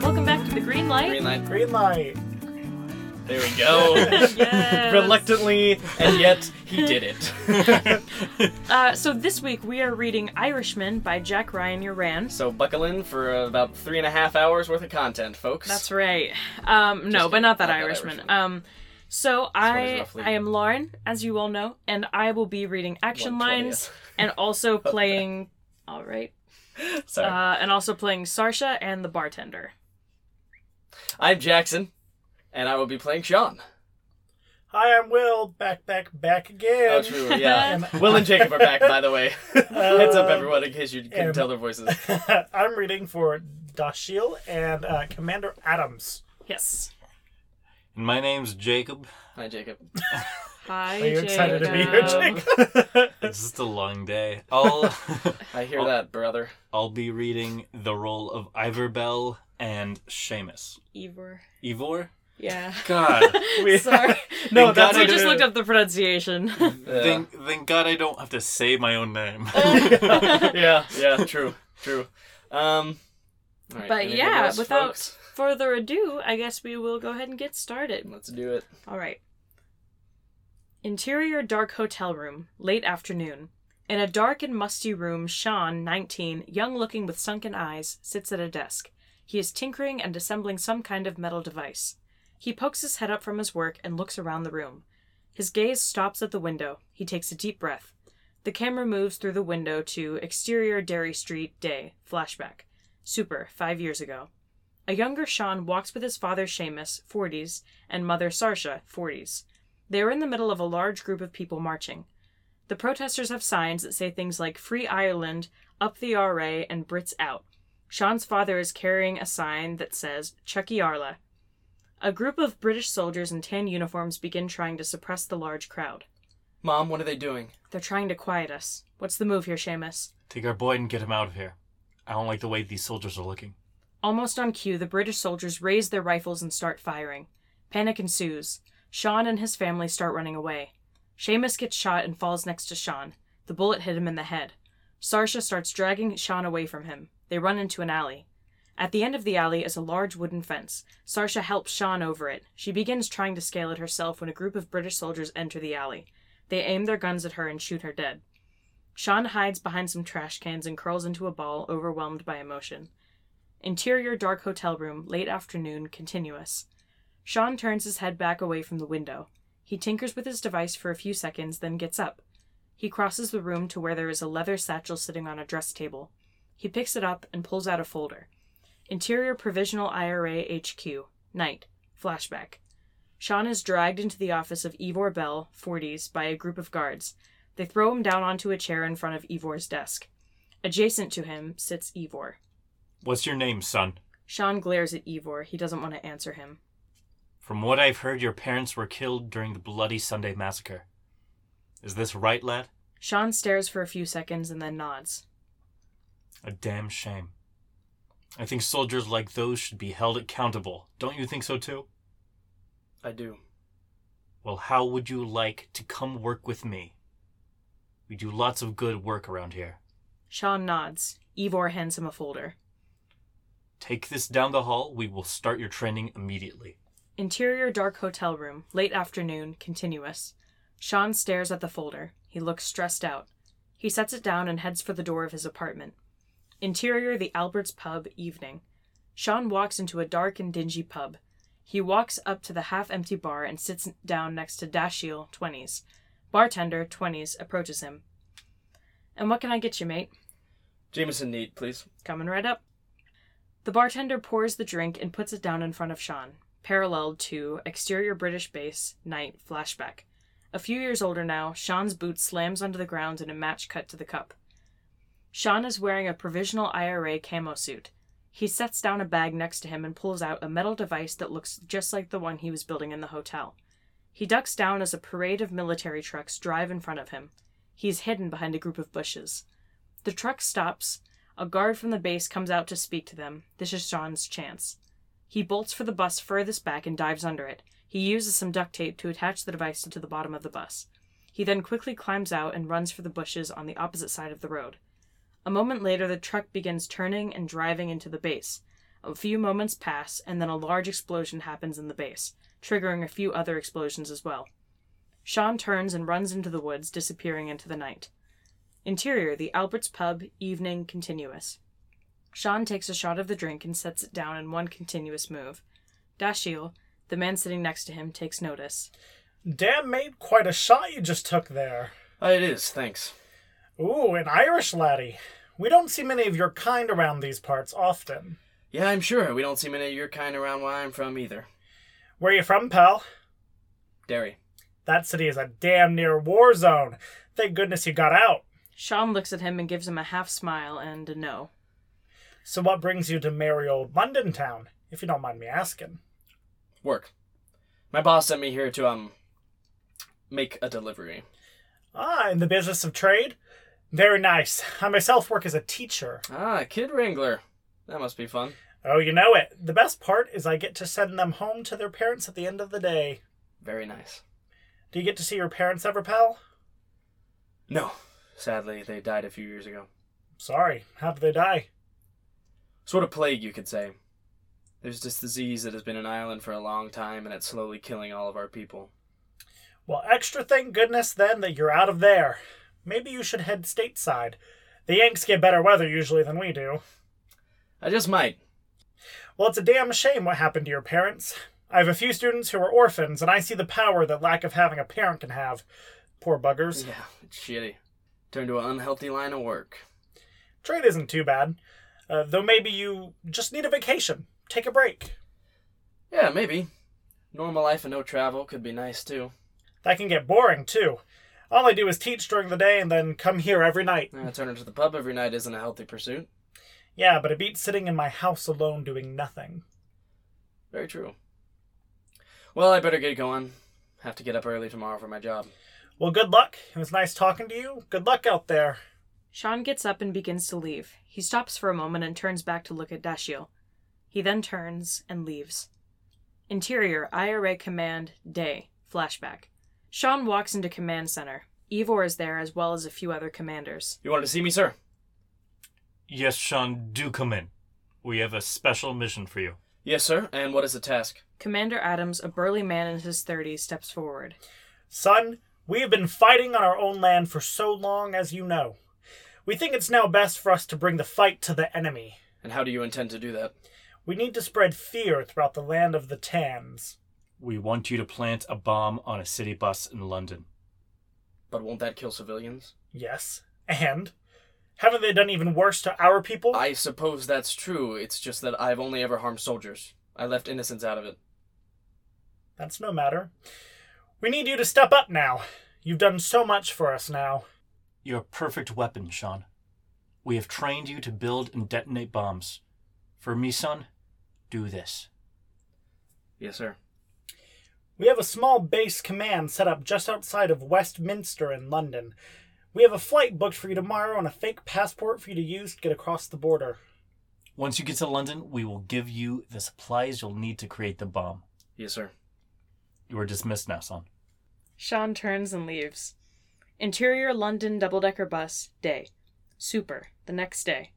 [SPEAKER 4] Welcome back to the Green Light.
[SPEAKER 3] Green light.
[SPEAKER 2] Green light.
[SPEAKER 3] There we go.
[SPEAKER 4] Yes.
[SPEAKER 3] Reluctantly, and yet he did it.
[SPEAKER 4] Uh, so this week we are reading Irishman by Jack Ryan Uran.
[SPEAKER 3] So buckle in for uh, about three and a half hours worth of content, folks.
[SPEAKER 4] That's right. Um, no,
[SPEAKER 3] Just
[SPEAKER 4] but not that
[SPEAKER 3] not that
[SPEAKER 4] Irishman.
[SPEAKER 3] Irishman.
[SPEAKER 4] Um, so
[SPEAKER 3] is
[SPEAKER 4] I
[SPEAKER 3] roughly-
[SPEAKER 4] I am Lauren, as you all know, and I will be reading action
[SPEAKER 3] 1/20th.
[SPEAKER 4] lines and also playing. All right.
[SPEAKER 3] Sorry.
[SPEAKER 4] Uh, and also playing Sarsha and the bartender.
[SPEAKER 3] I'm Jackson, and I will be playing Sean.
[SPEAKER 2] Hi, I'm Will. Back, back, back again.
[SPEAKER 3] Oh, true. Yeah.
[SPEAKER 2] And-
[SPEAKER 3] Will and Jacob are back, by the way. Heads up, everyone, in case you couldn't
[SPEAKER 2] um,
[SPEAKER 3] tell their voices.
[SPEAKER 2] I'm reading for Dashiel and uh, Commander Adams.
[SPEAKER 4] Yes.
[SPEAKER 1] And my name's Jacob.
[SPEAKER 3] Hi, Jacob.
[SPEAKER 4] Hi.
[SPEAKER 2] Are you excited to be here,
[SPEAKER 4] Jacob.
[SPEAKER 2] Jake?
[SPEAKER 1] It's just a long day. I'll
[SPEAKER 3] I hear that, brother.
[SPEAKER 1] I'll be reading the role of Ivor Bell and Seamus.
[SPEAKER 4] Ivor.
[SPEAKER 1] Ivor?
[SPEAKER 4] Yeah.
[SPEAKER 1] God.
[SPEAKER 2] We-
[SPEAKER 4] Sorry.
[SPEAKER 2] no,
[SPEAKER 1] Thank
[SPEAKER 2] that's
[SPEAKER 1] God
[SPEAKER 4] I
[SPEAKER 1] I
[SPEAKER 4] just
[SPEAKER 1] did-
[SPEAKER 4] looked up the pronunciation.
[SPEAKER 3] Yeah.
[SPEAKER 1] Thank, thank God I don't have to say my own name.
[SPEAKER 3] yeah, yeah, true, true. Um, all right,
[SPEAKER 4] But
[SPEAKER 3] anything
[SPEAKER 4] yeah,
[SPEAKER 3] else,
[SPEAKER 4] without
[SPEAKER 3] folks?
[SPEAKER 4] further ado, I guess we will go ahead and get started.
[SPEAKER 3] let's do it.
[SPEAKER 4] All right. Interior dark hotel room, late afternoon. In a dark and musty room, Sean, 19, young looking with sunken eyes, sits at a desk. He is tinkering and assembling some kind of metal device. He pokes his head up from his work and looks around the room. His gaze stops at the window. He takes a deep breath. The camera moves through the window to exterior Dairy Street day flashback. Super, five years ago. A younger Sean walks with his father Seamus, 40s, and mother Sarsha, 40s. They are in the middle of a large group of people marching. The protesters have signs that say things like Free Ireland, Up the RA, and Brits Out. Sean's father is carrying a sign that says Chucky Arla. A group of British soldiers in tan uniforms begin trying to suppress the large crowd.
[SPEAKER 3] Mom, what are they doing?
[SPEAKER 4] They're trying to quiet us. What's the move here, Seamus?
[SPEAKER 1] Take our boy and get him out of here. I don't like the way these soldiers are looking.
[SPEAKER 4] Almost on cue, the British soldiers raise their rifles and start firing. Panic ensues. Sean and his family start running away. Seamus gets shot and falls next to Sean. The bullet hit him in the head. Sarsha starts dragging Sean away from him. They run into an alley. At the end of the alley is a large wooden fence. Sarsha helps Sean over it. She begins trying to scale it herself when a group of British soldiers enter the alley. They aim their guns at her and shoot her dead. Sean hides behind some trash cans and curls into a ball, overwhelmed by emotion. Interior dark hotel room, late afternoon, continuous. Sean turns his head back away from the window. He tinkers with his device for a few seconds, then gets up. He crosses the room to where there is a leather satchel sitting on a dress table. He picks it up and pulls out a folder. Interior Provisional IRA HQ. Night. Flashback. Sean is dragged into the office of Ivor Bell, 40s, by a group of guards. They throw him down onto a chair in front of Ivor's desk. Adjacent to him sits Ivor.
[SPEAKER 1] What's your name, son?
[SPEAKER 4] Sean glares at Ivor. He doesn't want to answer him.
[SPEAKER 1] From what I've heard, your parents were killed during the Bloody Sunday massacre. Is this right, lad?
[SPEAKER 4] Sean stares for a few seconds and then nods.
[SPEAKER 1] A damn shame. I think soldiers like those should be held accountable. Don't you think so, too?
[SPEAKER 3] I do.
[SPEAKER 1] Well, how would you like to come work with me? We do lots of good work around here.
[SPEAKER 4] Sean nods. Ivor hands him a folder.
[SPEAKER 1] Take this down the hall. We will start your training immediately.
[SPEAKER 4] Interior dark hotel room, late afternoon, continuous. Sean stares at the folder. He looks stressed out. He sets it down and heads for the door of his apartment. Interior the Alberts pub, evening. Sean walks into a dark and dingy pub. He walks up to the half empty bar and sits down next to Dashiel, 20s. Bartender, 20s, approaches him. And what can I get you, mate?
[SPEAKER 3] Jameson neat, please.
[SPEAKER 4] Coming right up. The bartender pours the drink and puts it down in front of Sean, parallel to exterior British base, night, flashback. A few years older now, Sean's boot slams onto the ground in a match cut to the cup. Sean is wearing a provisional IRA camo suit. He sets down a bag next to him and pulls out a metal device that looks just like the one he was building in the hotel. He ducks down as a parade of military trucks drive in front of him. He's hidden behind a group of bushes. The truck stops. A guard from the base comes out to speak to them. This is Sean's chance. He bolts for the bus furthest back and dives under it. He uses some duct tape to attach the device to the bottom of the bus. He then quickly climbs out and runs for the bushes on the opposite side of the road. A moment later, the truck begins turning and driving into the base. A few moments pass, and then a large explosion happens in the base, triggering a few other explosions as well. Sean turns and runs into the woods, disappearing into the night. Interior, the Alberts Pub, evening continuous. Sean takes a shot of the drink and sets it down in one continuous move. Dashiel, the man sitting next to him, takes notice.
[SPEAKER 2] Damn, mate, quite a shot you just took there.
[SPEAKER 3] Uh, It is, thanks.
[SPEAKER 2] Ooh, an Irish laddie. We don't see many of your kind around these parts often.
[SPEAKER 3] Yeah, I'm sure. We don't see many of your kind around where I'm from either.
[SPEAKER 2] Where you from, pal?
[SPEAKER 3] Derry.
[SPEAKER 2] That city is a damn near war zone. Thank goodness you got out.
[SPEAKER 4] Sean looks at him and gives him a half smile and a no.
[SPEAKER 2] So what brings you to merry old London town, if you don't mind me asking?
[SPEAKER 3] Work. My boss sent me here to, um, make a delivery.
[SPEAKER 2] Ah, in the business of trade? Very nice. I myself work as a teacher.
[SPEAKER 3] Ah, Kid Wrangler. That must be fun.
[SPEAKER 2] Oh, you know it. The best part is I get to send them home to their parents at the end of the day.
[SPEAKER 3] Very nice.
[SPEAKER 2] Do you get to see your parents ever, pal?
[SPEAKER 3] No. Sadly, they died a few years ago.
[SPEAKER 2] Sorry. How did they die?
[SPEAKER 3] Sort of plague, you could say. There's this disease that has been in Ireland for a long time, and it's slowly killing all of our people.
[SPEAKER 2] Well, extra thank goodness then that you're out of there. Maybe you should head stateside. The Yanks get better weather usually than we do.
[SPEAKER 3] I just might.
[SPEAKER 2] Well, it's a damn shame what happened to your parents. I have a few students who are orphans, and I see the power that lack of having a parent can have. Poor buggers.
[SPEAKER 3] Yeah, it's shitty. Turned to an unhealthy line of work.
[SPEAKER 2] Trade isn't too bad, uh, though maybe you just need a vacation. Take a break.
[SPEAKER 3] Yeah, maybe. Normal life and no travel could be nice too.
[SPEAKER 2] That can get boring, too. All I do is teach during the day and then come here every night.
[SPEAKER 3] Uh, turning to the pub every night isn't a healthy pursuit.
[SPEAKER 2] Yeah, but it beats sitting in my house alone doing nothing.
[SPEAKER 3] Very true. Well, I better get going. Have to get up early tomorrow for my job.
[SPEAKER 2] Well, good luck. It was nice talking to you. Good luck out there.
[SPEAKER 4] Sean gets up and begins to leave. He stops for a moment and turns back to look at Dashiel. He then turns and leaves. Interior IRA Command Day flashback. Sean walks into command center. Ivor is there as well as a few other commanders.
[SPEAKER 3] You wanted to see me, sir?
[SPEAKER 1] Yes, Sean, do come in. We have a special mission for you.
[SPEAKER 3] Yes, sir. And what is the task?
[SPEAKER 4] Commander Adams, a burly man in his 30s, steps forward.
[SPEAKER 2] Son, We have been fighting on our own land for so long, as you know. We think it's now best for us to bring the fight to the enemy.
[SPEAKER 3] And how do you intend to do that?
[SPEAKER 2] We need to spread fear throughout the land of the Tans.
[SPEAKER 1] We want you to plant a bomb on a city bus in London.
[SPEAKER 3] But won't that kill civilians?
[SPEAKER 2] Yes. And? Haven't they done even worse to our people?
[SPEAKER 3] I suppose that's true. It's just that I've only ever harmed soldiers. I left innocents out of it.
[SPEAKER 2] That's no matter. We need you to step up now. You've done so much for us now.
[SPEAKER 1] You're a perfect weapon, Sean. We have trained you to build and detonate bombs. For me, son, do this.
[SPEAKER 3] Yes, sir.
[SPEAKER 2] We have a small base command set up just outside of Westminster in London. We have a flight booked for you tomorrow and a fake passport for you to use to get across the border.
[SPEAKER 1] Once you get to London, we will give you the supplies you'll need to create the bomb.
[SPEAKER 3] Yes, sir.
[SPEAKER 1] You are dismissed now, son.
[SPEAKER 4] Sean turns and leaves. Interior London double decker bus, day. Super, the next day.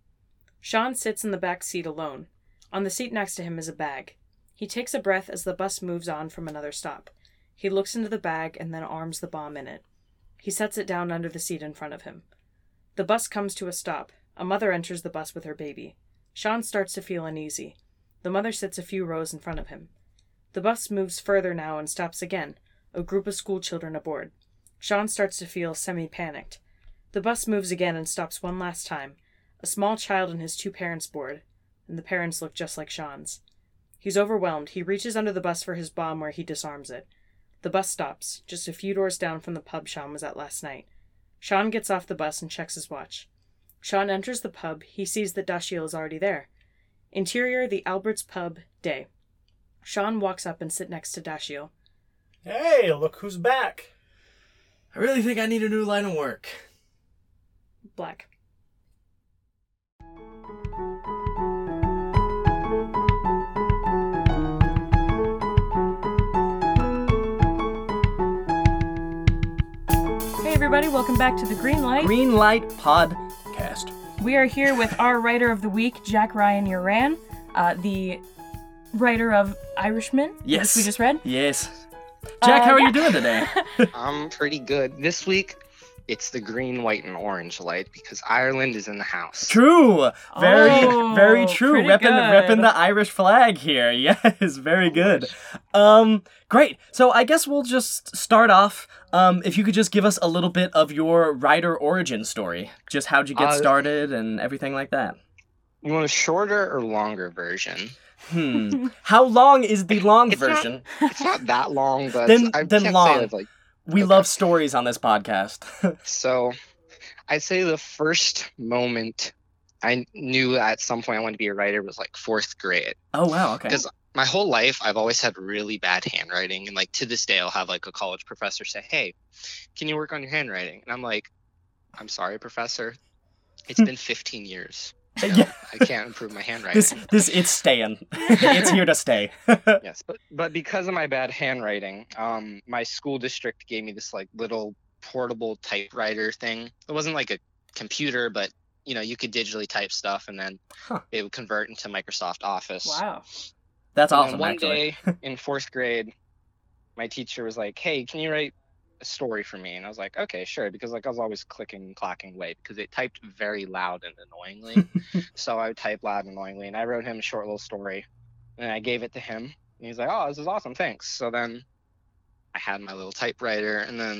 [SPEAKER 4] Sean sits in the back seat alone. On the seat next to him is a bag. He takes a breath as the bus moves on from another stop. He looks into the bag and then arms the bomb in it. He sets it down under the seat in front of him. The bus comes to a stop. A mother enters the bus with her baby. Sean starts to feel uneasy. The mother sits a few rows in front of him. The bus moves further now and stops again, a group of school children aboard. Sean starts to feel semi panicked. The bus moves again and stops one last time. A small child and his two parents board, and the parents look just like Sean's. He's overwhelmed. He reaches under the bus for his bomb where he disarms it. The bus stops, just a few doors down from the pub Sean was at last night. Sean gets off the bus and checks his watch. Sean enters the pub. He sees that Dashiel is already there. Interior, the Alberts Pub, day. Sean walks up and sits next to Dashiel.
[SPEAKER 2] Hey, look who's back.
[SPEAKER 3] I really think I need a new line of work.
[SPEAKER 4] Black. Hey, everybody, welcome back to the Green Light.
[SPEAKER 3] Green Light Podcast.
[SPEAKER 4] We are here with our writer of the week, Jack Ryan Uran, uh, the writer of Irishman, which
[SPEAKER 3] Yes.
[SPEAKER 4] we just read. Uh,
[SPEAKER 3] Yes. Jack, how are you doing today?
[SPEAKER 5] I'm pretty good. This week, it's the green, white, and orange light because Ireland is in the house.
[SPEAKER 3] True. Very,
[SPEAKER 4] Oh,
[SPEAKER 3] very true.
[SPEAKER 4] pretty
[SPEAKER 3] Repping,
[SPEAKER 4] good.
[SPEAKER 3] repping the Irish flag here. Yes, very good. Um, great. So I guess we'll just start off. Um, if you could just give us a little bit of your writer origin story, just how'd you get
[SPEAKER 5] Uh,
[SPEAKER 3] started and everything like that.
[SPEAKER 5] You want a shorter or longer version?
[SPEAKER 3] Hmm. how long is the long
[SPEAKER 5] It's not-
[SPEAKER 3] version?
[SPEAKER 5] It's not that long, but
[SPEAKER 3] Then-
[SPEAKER 5] I
[SPEAKER 3] then
[SPEAKER 5] can't
[SPEAKER 3] long.
[SPEAKER 5] say it's like
[SPEAKER 3] We
[SPEAKER 5] Okay.
[SPEAKER 3] love stories on this podcast.
[SPEAKER 5] so. I'd say the first moment I knew at some point I wanted to be a writer was like fourth grade.
[SPEAKER 3] oh wow. Okay.
[SPEAKER 5] Because my whole life I've always had really bad handwriting, and like to this day I'll have like a college professor say, "Hey, can you work on your handwriting?" And I'm like, "I'm sorry, professor. It's been 15 years. You know,
[SPEAKER 3] Yeah.
[SPEAKER 5] I can't improve my handwriting."
[SPEAKER 3] Hmm. This, this, it's staying. it's here to stay.
[SPEAKER 5] Yes, but, but because of my bad handwriting, um, my school district gave me this like little portable typewriter thing. It wasn't like a computer, but you know you could digitally type stuff, and then
[SPEAKER 3] Huh.
[SPEAKER 5] it would convert into Microsoft Office.
[SPEAKER 4] Wow.
[SPEAKER 3] That's
[SPEAKER 5] And then
[SPEAKER 3] awesome.
[SPEAKER 5] one
[SPEAKER 3] actually.
[SPEAKER 5] day in fourth grade, my teacher was like, "Hey, can you write a story for me?" And I was like, "Okay, sure," because like I was always clicking and clocking away because it typed very loud and annoyingly. so I would type loud and annoyingly, and I wrote him a short little story, and I gave it to him, and he's like, "Oh, this is awesome, thanks." So then I had my little typewriter, and then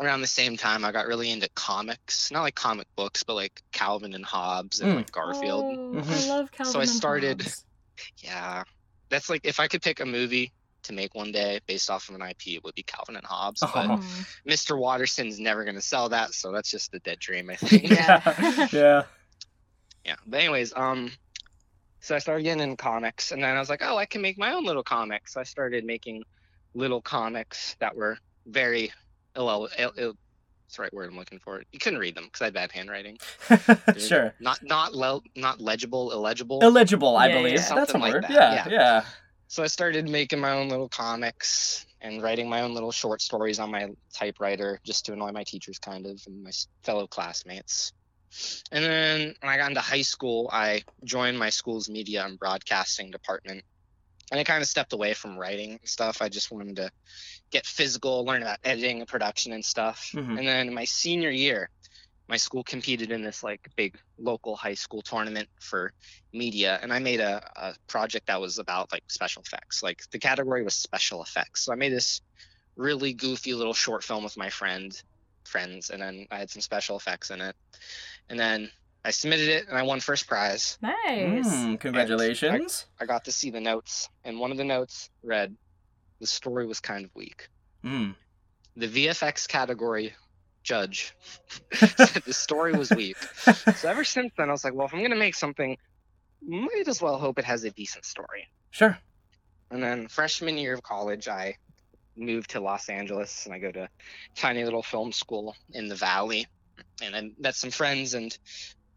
[SPEAKER 5] around the same time, I got really into comics, not like comic books, but like Calvin and Hobbes and
[SPEAKER 3] Mm.
[SPEAKER 5] like Garfield.
[SPEAKER 4] Oh, I
[SPEAKER 3] Mhm.
[SPEAKER 4] love Calvin. and
[SPEAKER 5] I started-
[SPEAKER 4] Hobbes.
[SPEAKER 5] Yeah. That's like if I could pick a movie to make one day based off of an IP, it would be Calvin and Hobbes. But
[SPEAKER 3] Oh.
[SPEAKER 4] Mm.
[SPEAKER 5] Mr. Watterson's never going to sell that, so that's just a dead dream, I think.
[SPEAKER 4] Yeah.
[SPEAKER 3] yeah.
[SPEAKER 5] yeah. But anyways, um, so I started getting in comics, and then I was like, oh, I can make my own little comics. So I started making little comics that were very, oh, ill, ill, ill, what's eh, the right word I'm looking for? You couldn't read them because I had bad handwriting.
[SPEAKER 3] sure.
[SPEAKER 5] Not not le- not legible, illegible.
[SPEAKER 3] Illegible, I
[SPEAKER 4] Yeah,
[SPEAKER 3] believe.
[SPEAKER 4] yeah,
[SPEAKER 5] yeah.
[SPEAKER 3] That's a
[SPEAKER 5] Something like
[SPEAKER 3] word.
[SPEAKER 5] that,
[SPEAKER 3] Yeah, yeah.
[SPEAKER 5] yeah.
[SPEAKER 3] Yeah.
[SPEAKER 5] So I started making my own little comics and writing my own little short stories on my typewriter just to annoy my teachers, kind of, and my s- fellow classmates. And then when I got into high school, I joined my school's media and broadcasting department. and I kind of stepped away from writing and stuff. I just wanted to get physical, learn about editing and production and stuff.
[SPEAKER 3] Mhm.
[SPEAKER 5] And then my senior year, my school competed in this like big local high school tournament for media, and I made a, a project that was about like special effects. Like the category was special effects. So I made this really goofy little short film with my friend friends, and then I had some special effects in it. And then I submitted it, and I won first prize.
[SPEAKER 4] Nice.
[SPEAKER 3] Mm, congratulations.
[SPEAKER 5] I got to see the notes, and one of the notes read, "The story was kind of weak."
[SPEAKER 3] Mm.
[SPEAKER 5] The VFX category judge said the story was weak. So ever since then, I was like, "Well, if I'm gonna make something, might as well hope it has a decent story."
[SPEAKER 3] Sure.
[SPEAKER 5] And then freshman year of college, I moved to Los Angeles, and I go to a tiny little film school in the Valley, and I met some friends and.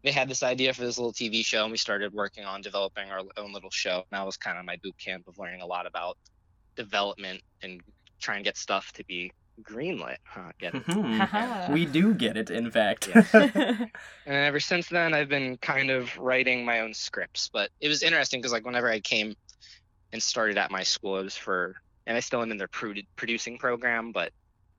[SPEAKER 5] They had this idea for this little TV show, and we started working on developing our own little show. And that was kind of my boot camp of learning a lot about development and trying to get stuff to be greenlit. Huh, get it.
[SPEAKER 3] Mhm.
[SPEAKER 4] Haha.
[SPEAKER 3] we do get it, in fact. uh,
[SPEAKER 5] And ever since then, I've been kind of writing my own scripts. But it was interesting because, like, whenever I came and started at my school, it was for, and I still am in their produ- producing program, but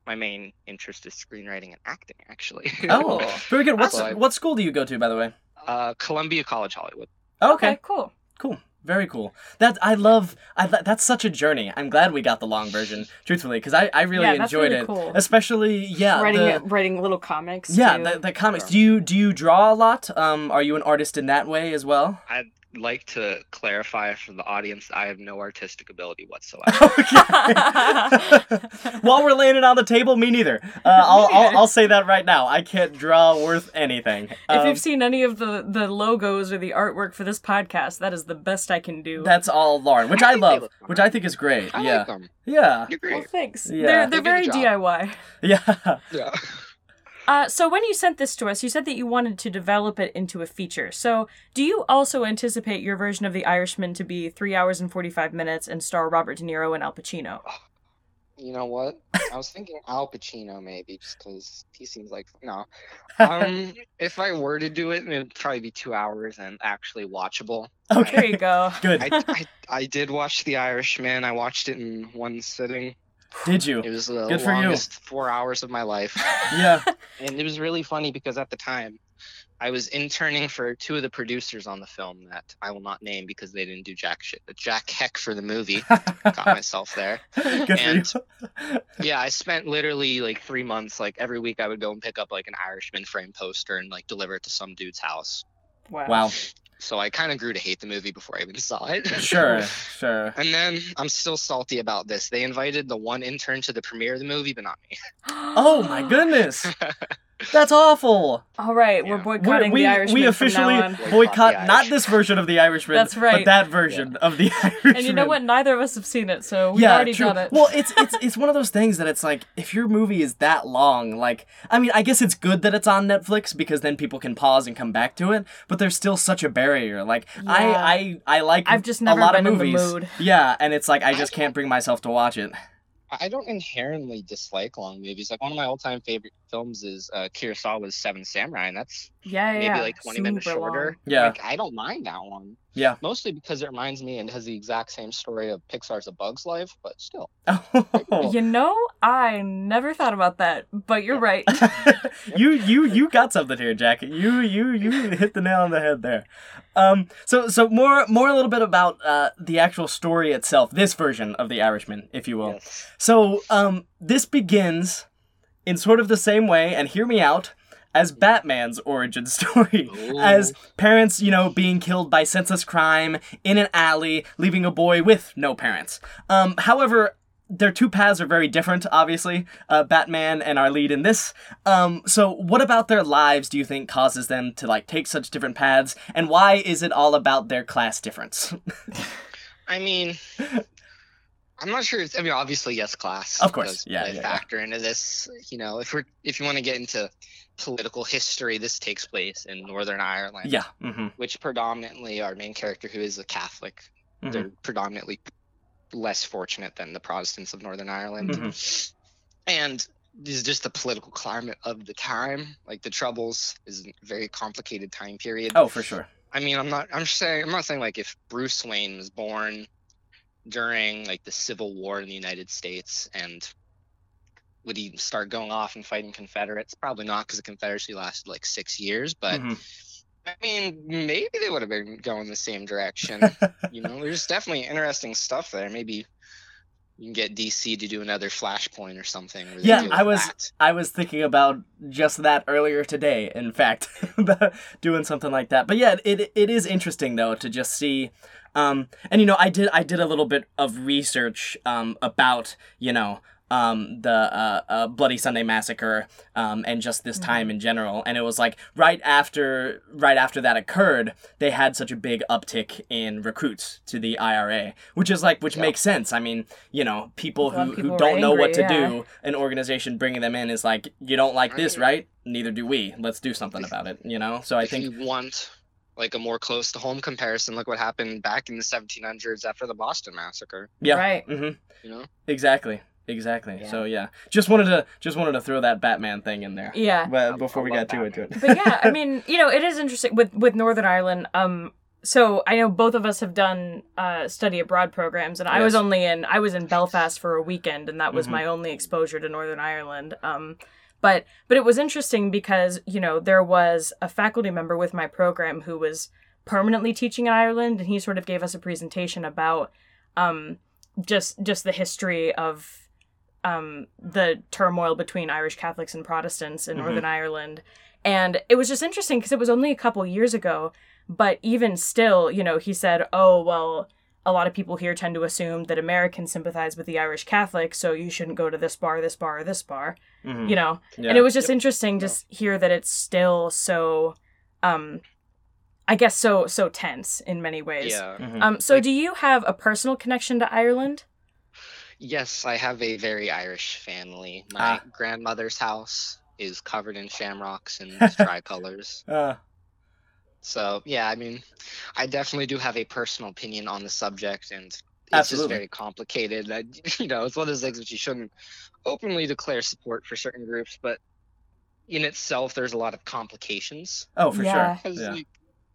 [SPEAKER 5] my main interest is screenwriting and acting, actually.
[SPEAKER 3] oh, very good. What's,
[SPEAKER 5] Awesome.
[SPEAKER 3] what school do you go to, by the way? Oh,
[SPEAKER 5] uh, Columbia College Hollywood.
[SPEAKER 3] Okay.
[SPEAKER 4] cool.
[SPEAKER 3] Cool. Very cool. That I love. I lo- that's such a journey. I'm glad we got the long version, truthfully, because I, I really
[SPEAKER 4] Yeah, that's
[SPEAKER 3] enjoyed
[SPEAKER 4] really
[SPEAKER 3] it.
[SPEAKER 4] cool.
[SPEAKER 3] Especially yeah,
[SPEAKER 4] writing
[SPEAKER 3] the,
[SPEAKER 4] writing little comics.
[SPEAKER 3] yeah,
[SPEAKER 4] too.
[SPEAKER 3] the, the comics. Do you do you draw a lot? Um, are you an artist in that way as well?
[SPEAKER 5] I'd like to clarify for the audience I have no artistic ability whatsoever.
[SPEAKER 3] While we're laying it on the table, me neither. Uh, I'll, I'll I'll say that right now. I can't draw worth anything.
[SPEAKER 4] if
[SPEAKER 3] Um,
[SPEAKER 4] you've seen any of the, the logos or the artwork for this podcast, that is the best I can do.
[SPEAKER 3] that's all Lauren, which I,
[SPEAKER 5] think they
[SPEAKER 3] love,
[SPEAKER 5] look
[SPEAKER 3] which I think is great.
[SPEAKER 5] I
[SPEAKER 3] yeah,
[SPEAKER 5] like them.
[SPEAKER 3] yeah,
[SPEAKER 5] You're
[SPEAKER 4] well,
[SPEAKER 5] great.
[SPEAKER 4] thanks.
[SPEAKER 3] Yeah.
[SPEAKER 4] They're they're
[SPEAKER 5] They do the
[SPEAKER 4] very
[SPEAKER 5] job.
[SPEAKER 4] DIY.
[SPEAKER 3] yeah.
[SPEAKER 5] Yeah.
[SPEAKER 4] Uh, so when you sent this to us, you said that you wanted to develop it into a feature. So do you also anticipate your version of The Irishman to be three hours and forty five minutes and star Robert De Niro and Al Pacino?
[SPEAKER 5] You know what? I was thinking Al Pacino maybe, just because he seems like no. Um, if I were to do it, it'd probably be two hours and actually watchable.
[SPEAKER 4] There
[SPEAKER 3] Okay,
[SPEAKER 4] you go.
[SPEAKER 3] good.
[SPEAKER 5] I, I I did watch The Irishman. I watched it in one sitting.
[SPEAKER 3] Did you?
[SPEAKER 5] It was the
[SPEAKER 3] Good for you.
[SPEAKER 5] longest four hours of my life,
[SPEAKER 3] Yeah.
[SPEAKER 5] and it was really funny because at the time, I was interning for two of the producers on the film that I will not name because they didn't do jack shit. But Jack Heck for the movie got myself there.
[SPEAKER 3] Good
[SPEAKER 5] And- uh,
[SPEAKER 3] for you.
[SPEAKER 5] Yeah, I spent literally like three months. Like every week, I would go and pick up like an Irishman frame poster and like deliver it to some dude's house.
[SPEAKER 4] Wow.
[SPEAKER 3] Wow.
[SPEAKER 5] So I kind of grew to hate the movie before I even saw it.
[SPEAKER 3] Sure. Sure.
[SPEAKER 5] And then I'm still salty about this. They invited the one intern to the premiere of the movie, but not me.
[SPEAKER 3] Oh my goodness. That's awful.
[SPEAKER 4] All right,
[SPEAKER 5] Yeah.
[SPEAKER 4] we're
[SPEAKER 5] We're-
[SPEAKER 4] boycotting
[SPEAKER 3] we
[SPEAKER 4] the Irishman
[SPEAKER 3] we
[SPEAKER 4] from
[SPEAKER 3] officially
[SPEAKER 4] now on.
[SPEAKER 5] on.
[SPEAKER 3] boycott
[SPEAKER 5] Boycott the
[SPEAKER 3] not
[SPEAKER 5] Irish.
[SPEAKER 3] this version of the Irishman,
[SPEAKER 4] That's
[SPEAKER 3] but
[SPEAKER 4] right.
[SPEAKER 3] that version of the Irishman.
[SPEAKER 4] And you know what? Neither of us have seen it, so we've
[SPEAKER 3] yeah,
[SPEAKER 4] already
[SPEAKER 3] true.
[SPEAKER 4] done it.
[SPEAKER 3] Well, it's it's it's one of those things that it's like if your movie is that long, like I mean, I guess it's good that it's on Netflix because then people can pause and come back to it. But there's still such a barrier. Like
[SPEAKER 4] Yeah.
[SPEAKER 3] I I I like
[SPEAKER 4] I've just
[SPEAKER 3] a
[SPEAKER 4] never
[SPEAKER 3] lot
[SPEAKER 4] been
[SPEAKER 3] of
[SPEAKER 4] in the
[SPEAKER 3] movies.
[SPEAKER 4] mood.
[SPEAKER 3] Yeah, and it's like I just can't bring myself to watch it.
[SPEAKER 5] I don't inherently dislike long movies. Like one of my all-time favorite films is uh, Kurosawa's Seven Samurai, and that's
[SPEAKER 4] yeah, yeah,
[SPEAKER 5] maybe
[SPEAKER 4] yeah.
[SPEAKER 5] like 20 minutes
[SPEAKER 4] Super long.
[SPEAKER 5] shorter.
[SPEAKER 3] Yeah.
[SPEAKER 5] Like, I don't mind that one.
[SPEAKER 3] Yeah.
[SPEAKER 5] Mostly because it reminds me and has the exact same story of Pixar's A Bug's Life, but still.
[SPEAKER 3] Oh.
[SPEAKER 4] You know, I never thought about that, but you're right.
[SPEAKER 3] you you you got something here, Jack. You you you hit the nail on the head there. Um, so so more more a little bit about uh, the actual story itself, this version of the Irishman, if you will.
[SPEAKER 5] Yes.
[SPEAKER 3] So um, this begins in sort of the same way, and hear me out, as Batman's origin story,
[SPEAKER 5] Ooh.
[SPEAKER 3] as parents you know being killed by senseless crime in an alley, leaving a boy with no parents. Um, however, their two paths are very different, obviously. Uh, Batman and our lead in this. Um, so, what about their lives do you think causes them to like take such different paths, and why is it all about their class difference?
[SPEAKER 5] I mean, I'm not sure. It's, I mean, obviously, yes, class.
[SPEAKER 3] Of course,
[SPEAKER 5] does
[SPEAKER 3] yeah,
[SPEAKER 5] play a
[SPEAKER 3] yeah, yeah.
[SPEAKER 5] factor into this. You know, if we're if you want to get into political history, this takes place in Northern Ireland,
[SPEAKER 3] yeah. hmm
[SPEAKER 5] which predominantly our main character, who is a Catholic,
[SPEAKER 3] Mhm.
[SPEAKER 5] they're predominantly less fortunate than the Protestants of Northern Ireland, and this is just the political climate of the time. Like the Troubles is a very complicated time period.
[SPEAKER 3] Oh, for sure.
[SPEAKER 5] I mean, I'm not. I'm saying. I'm not saying like if Bruce Wayne was born during like the Civil War in the United States, and would he start going off and fighting Confederates? Probably not, because the Confederacy lasted like six years.
[SPEAKER 3] Mm-hmm.
[SPEAKER 5] But I mean, maybe they would have been going the same direction.
[SPEAKER 3] Mm-hmm.
[SPEAKER 5] you know, there's definitely interesting stuff there. Maybe you can get DC to do another Flashpoint or something. where they
[SPEAKER 3] Yeah,
[SPEAKER 5] deal
[SPEAKER 3] I
[SPEAKER 5] with
[SPEAKER 3] was-
[SPEAKER 5] that.
[SPEAKER 3] I was thinking about just that earlier today, in fact, about doing something like that. But yeah, it, it is interesting though to just see um and you know, I did I did a little bit of research um about, you know, um, the uh, uh, Bloody Sunday Massacre, um, and just this time
[SPEAKER 4] Mm-hmm.
[SPEAKER 3] in general, and it was like right after right after that occurred, they had such a big uptick in recruits to the IRA, which is like which makes sense. I mean, you know, people
[SPEAKER 4] A lot
[SPEAKER 3] who,
[SPEAKER 4] of
[SPEAKER 3] who
[SPEAKER 4] people
[SPEAKER 3] don't
[SPEAKER 4] were
[SPEAKER 3] know what to
[SPEAKER 4] angry, yeah.
[SPEAKER 3] do an organization bringing them in is like you don't like this right neither do we let's do something about it you know so i
[SPEAKER 5] if
[SPEAKER 3] think
[SPEAKER 5] you want like a more close to home comparison, look what happened back in the 1700s after the Boston Massacre.
[SPEAKER 3] yeah
[SPEAKER 4] Right.
[SPEAKER 3] hmm
[SPEAKER 5] You know,
[SPEAKER 3] exactly exactly so yeah just wanted to just wanted to throw that batman thing in there
[SPEAKER 4] Yeah.
[SPEAKER 3] well, before
[SPEAKER 5] I
[SPEAKER 3] we
[SPEAKER 5] love
[SPEAKER 3] got too into
[SPEAKER 5] Batman.
[SPEAKER 3] it
[SPEAKER 4] but yeah, I mean, you know, it is interesting with with Northern Ireland. Um, so I know both of us have done uh, study abroad programs, and I was
[SPEAKER 3] Yes.
[SPEAKER 4] only in I was in Belfast for a weekend, and that was
[SPEAKER 3] Mhm.
[SPEAKER 4] my only exposure to Northern Ireland. Um, but but it was interesting because you know there was a faculty member with my program who was permanently teaching in Ireland, and he sort of gave us a presentation about um, just just the history of um, the turmoil between Irish Catholics and Protestants in
[SPEAKER 5] Mm-hmm.
[SPEAKER 3] Mhm.
[SPEAKER 4] Northern Ireland, and it was just interesting because it was only a couple years ago, but even still, you know, he said, "Oh well." A lot of people here tend to assume that Americans sympathize with the Irish Catholics, so you shouldn't go to this bar, this bar, or this bar.
[SPEAKER 3] Mhm.
[SPEAKER 4] You know,
[SPEAKER 3] yeah.
[SPEAKER 4] and it was just interesting to
[SPEAKER 5] Mm. Yeah.
[SPEAKER 4] s hear that it's still so um i guess so so tense in many ways
[SPEAKER 5] yeah.
[SPEAKER 3] Mhm.
[SPEAKER 4] um so
[SPEAKER 5] Like-
[SPEAKER 4] do you have a personal connection to ireland
[SPEAKER 5] Yes, I have a very Irish family.
[SPEAKER 3] Ah.
[SPEAKER 5] My grandmother's house is covered in shamrocks and tricolors.
[SPEAKER 3] Uh,
[SPEAKER 5] So, yeah, I mean, I definitely do have a personal opinion on the subject, and it's
[SPEAKER 3] Absolutely.
[SPEAKER 5] just very complicated. I, you know, it's one of those things which you shouldn't openly declare support for certain groups, but in itself, there's a lot of complications.
[SPEAKER 3] oh for
[SPEAKER 4] Yeah.
[SPEAKER 3] sure
[SPEAKER 5] 'Cause,
[SPEAKER 3] yeah.
[SPEAKER 5] like,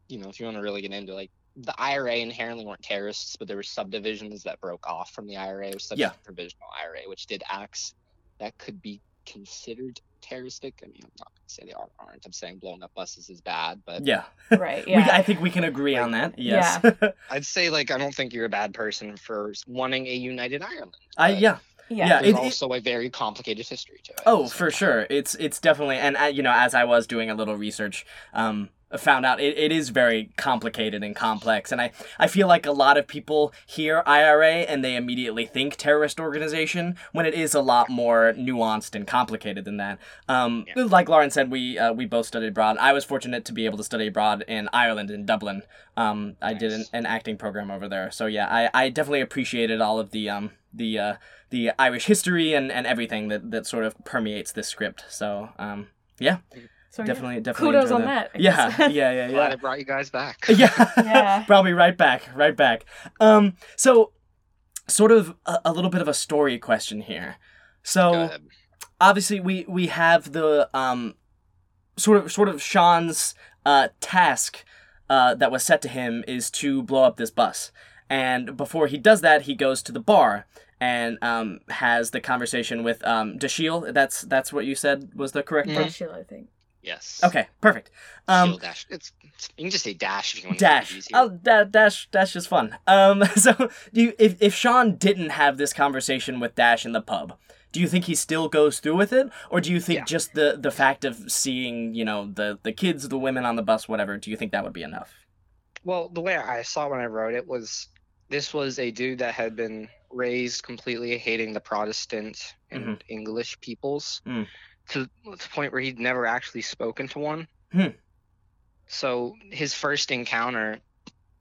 [SPEAKER 5] you know, if you want to really get into like the IRA inherently weren't terrorists, but there were subdivisions that broke off from the IRA, which such
[SPEAKER 3] Yeah.
[SPEAKER 5] as the provisional IRA, which did acts that could be considered terroristic. I mean, I'm not gonna say they are, aren't. I'm saying blowing up buses is bad, but
[SPEAKER 3] yeah
[SPEAKER 4] right
[SPEAKER 3] we, i think we can agree on that yes
[SPEAKER 5] I'd say like I don't think you're a bad person for wanting a united Ireland.
[SPEAKER 3] i
[SPEAKER 5] but
[SPEAKER 3] yeah yeah,
[SPEAKER 5] There's
[SPEAKER 3] it- it-
[SPEAKER 5] also a very complicated history to it.
[SPEAKER 3] Oh,
[SPEAKER 5] so-
[SPEAKER 3] for sure. It's it's definitely and uh, you know as I was doing a little research, um, I found out it, it is very complicated and complex, and I I feel like a lot of people hear IRA and they immediately think terrorist organization when it is a lot more nuanced and complicated than that. Um,
[SPEAKER 5] Yeah.
[SPEAKER 3] like Lauren said, we uh, we both studied abroad. I was fortunate to be able to study abroad in Ireland in Dublin. Um, I did an,
[SPEAKER 5] Nice.
[SPEAKER 3] an acting program over there, so yeah, I, I definitely appreciated all of the um the uh, the Irish history and, and everything that, that sort of permeates this script. So um,
[SPEAKER 4] so, yeah.
[SPEAKER 3] definitely definitely
[SPEAKER 4] Kudos
[SPEAKER 3] enjoy
[SPEAKER 4] on that, I
[SPEAKER 3] Yeah, yeah,
[SPEAKER 4] guess.
[SPEAKER 3] yeah,
[SPEAKER 5] Glad
[SPEAKER 3] yeah.
[SPEAKER 5] I brought you guys back.
[SPEAKER 3] Yeah.
[SPEAKER 4] Yeah.
[SPEAKER 3] Probably right back, right back. Um, so sort of a, a little bit of a story question here. So
[SPEAKER 5] Go ahead.
[SPEAKER 3] obviously we we have the um sort of sort of Sean's uh task uh that was set to him is to blow up this bus. And before he does that, he goes to the bar and um has the conversation with um Dashiel. That's that's what you said was the correct
[SPEAKER 5] Mhm.
[SPEAKER 3] pro-
[SPEAKER 4] Dashiell, i think
[SPEAKER 5] Yes.
[SPEAKER 3] Okay, perfect. Um
[SPEAKER 5] Shield dash. It's you can just say dash if you want to
[SPEAKER 3] dash. Oh, da- dash. Dash is fun. Um, so do you, if if Sean didn't have this conversation with Dash in the pub, do you think he still goes through with it, or do you think
[SPEAKER 5] Yeah.
[SPEAKER 3] just the the fact of seeing you know the the kids, the women on the bus, whatever, do you think that would be enough?
[SPEAKER 5] Well, the way I saw when I wrote it was this was a dude that had been raised completely hating the Protestant and
[SPEAKER 3] Mhm.
[SPEAKER 5] English peoples
[SPEAKER 3] Mm.
[SPEAKER 5] to, to the point where he'd never actually spoken to one.
[SPEAKER 3] Hmm.
[SPEAKER 5] So his first encounter,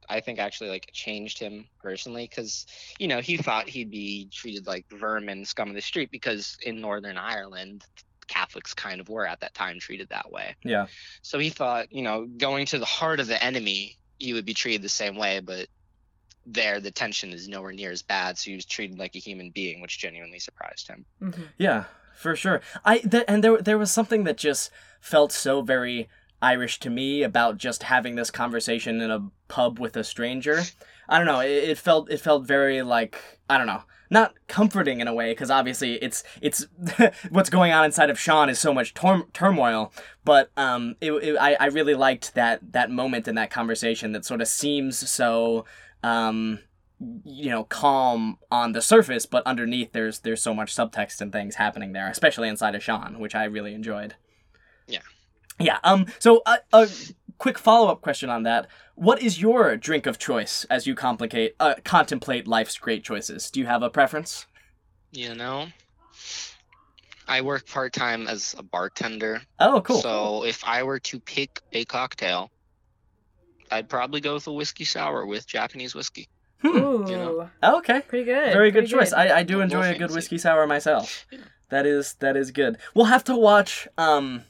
[SPEAKER 5] I think, actually like changed him personally because you know he thought he'd be treated like vermin, scum of the street because in Northern Ireland. Catholics kind of were at that time treated that way.
[SPEAKER 3] Yeah.
[SPEAKER 5] So he thought, you know, going to the heart of the enemy, you would be treated the same way, but there the tension is nowhere near as bad, so he was treated like a human being, which genuinely surprised him.
[SPEAKER 4] Mhm.
[SPEAKER 3] Yeah, for sure. I th- and there there was something that just felt so very Irish to me about just having this conversation in a pub with a stranger. I don't know. It, it felt it felt very like I don't know, not comforting in a way because obviously it's it's what's going on inside of Sean is so much tor- turmoil. But um, it, it, I I really liked that that moment in that conversation that sort of seems so um you know calm on the surface but underneath there's there's so much subtext and things happening there especially inside of sean which i really enjoyed
[SPEAKER 5] Yeah.
[SPEAKER 3] yeah um so a, a quick follow-up question on that what is your drink of choice as you complicate uh, contemplate life's great choices do you have a preference
[SPEAKER 5] You know, I work part time as a bartender.
[SPEAKER 3] oh cool
[SPEAKER 5] So if I were to pick a cocktail, I'd probably go with a whiskey sour with Japanese whiskey.
[SPEAKER 3] Hmm.
[SPEAKER 4] Ooh,
[SPEAKER 5] You know.
[SPEAKER 3] okay
[SPEAKER 4] pretty good.
[SPEAKER 3] very good
[SPEAKER 4] pretty
[SPEAKER 3] choice I, I do
[SPEAKER 5] Well,
[SPEAKER 3] enjoy a
[SPEAKER 5] thanks.
[SPEAKER 3] good whiskey sour myself
[SPEAKER 5] Yeah.
[SPEAKER 3] that is that is good we'll have to watch um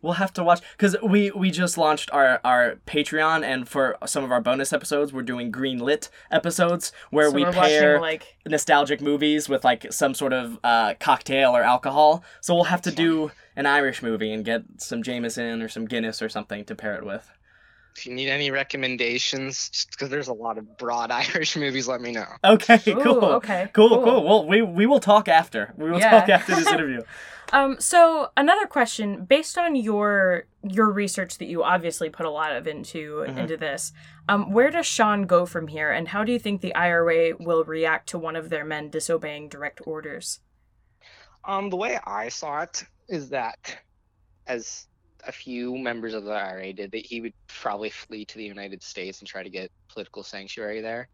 [SPEAKER 3] we'll have to watch because we we just launched our our patreon and for some of our bonus episodes we're doing green lit episodes where
[SPEAKER 4] So
[SPEAKER 3] we
[SPEAKER 4] we're
[SPEAKER 3] pair
[SPEAKER 4] watching like
[SPEAKER 3] nostalgic movies with like some sort of uh, cocktail or alcohol so we'll have to do an irish movie and get some jameson or some guinness or something to pair it with
[SPEAKER 5] If you need any recommendations, just because there's a lot of broad Irish movies, let me know.
[SPEAKER 3] okay
[SPEAKER 4] Ooh,
[SPEAKER 3] cool
[SPEAKER 4] okay,
[SPEAKER 3] cool cool,
[SPEAKER 4] cool.
[SPEAKER 3] well we, we will talk after we will
[SPEAKER 4] Yeah.
[SPEAKER 3] talk after this interview
[SPEAKER 4] Um, so another question, based on your your research that you obviously put a lot of into
[SPEAKER 3] Mhm.
[SPEAKER 4] into this, um, where does Sean go from here, and how do you think the IRA will react to one of their men disobeying direct orders?
[SPEAKER 5] Um, the way I saw it is that, as a few members of the IRA did, that he would probably flee to the United States and try to get political sanctuary there.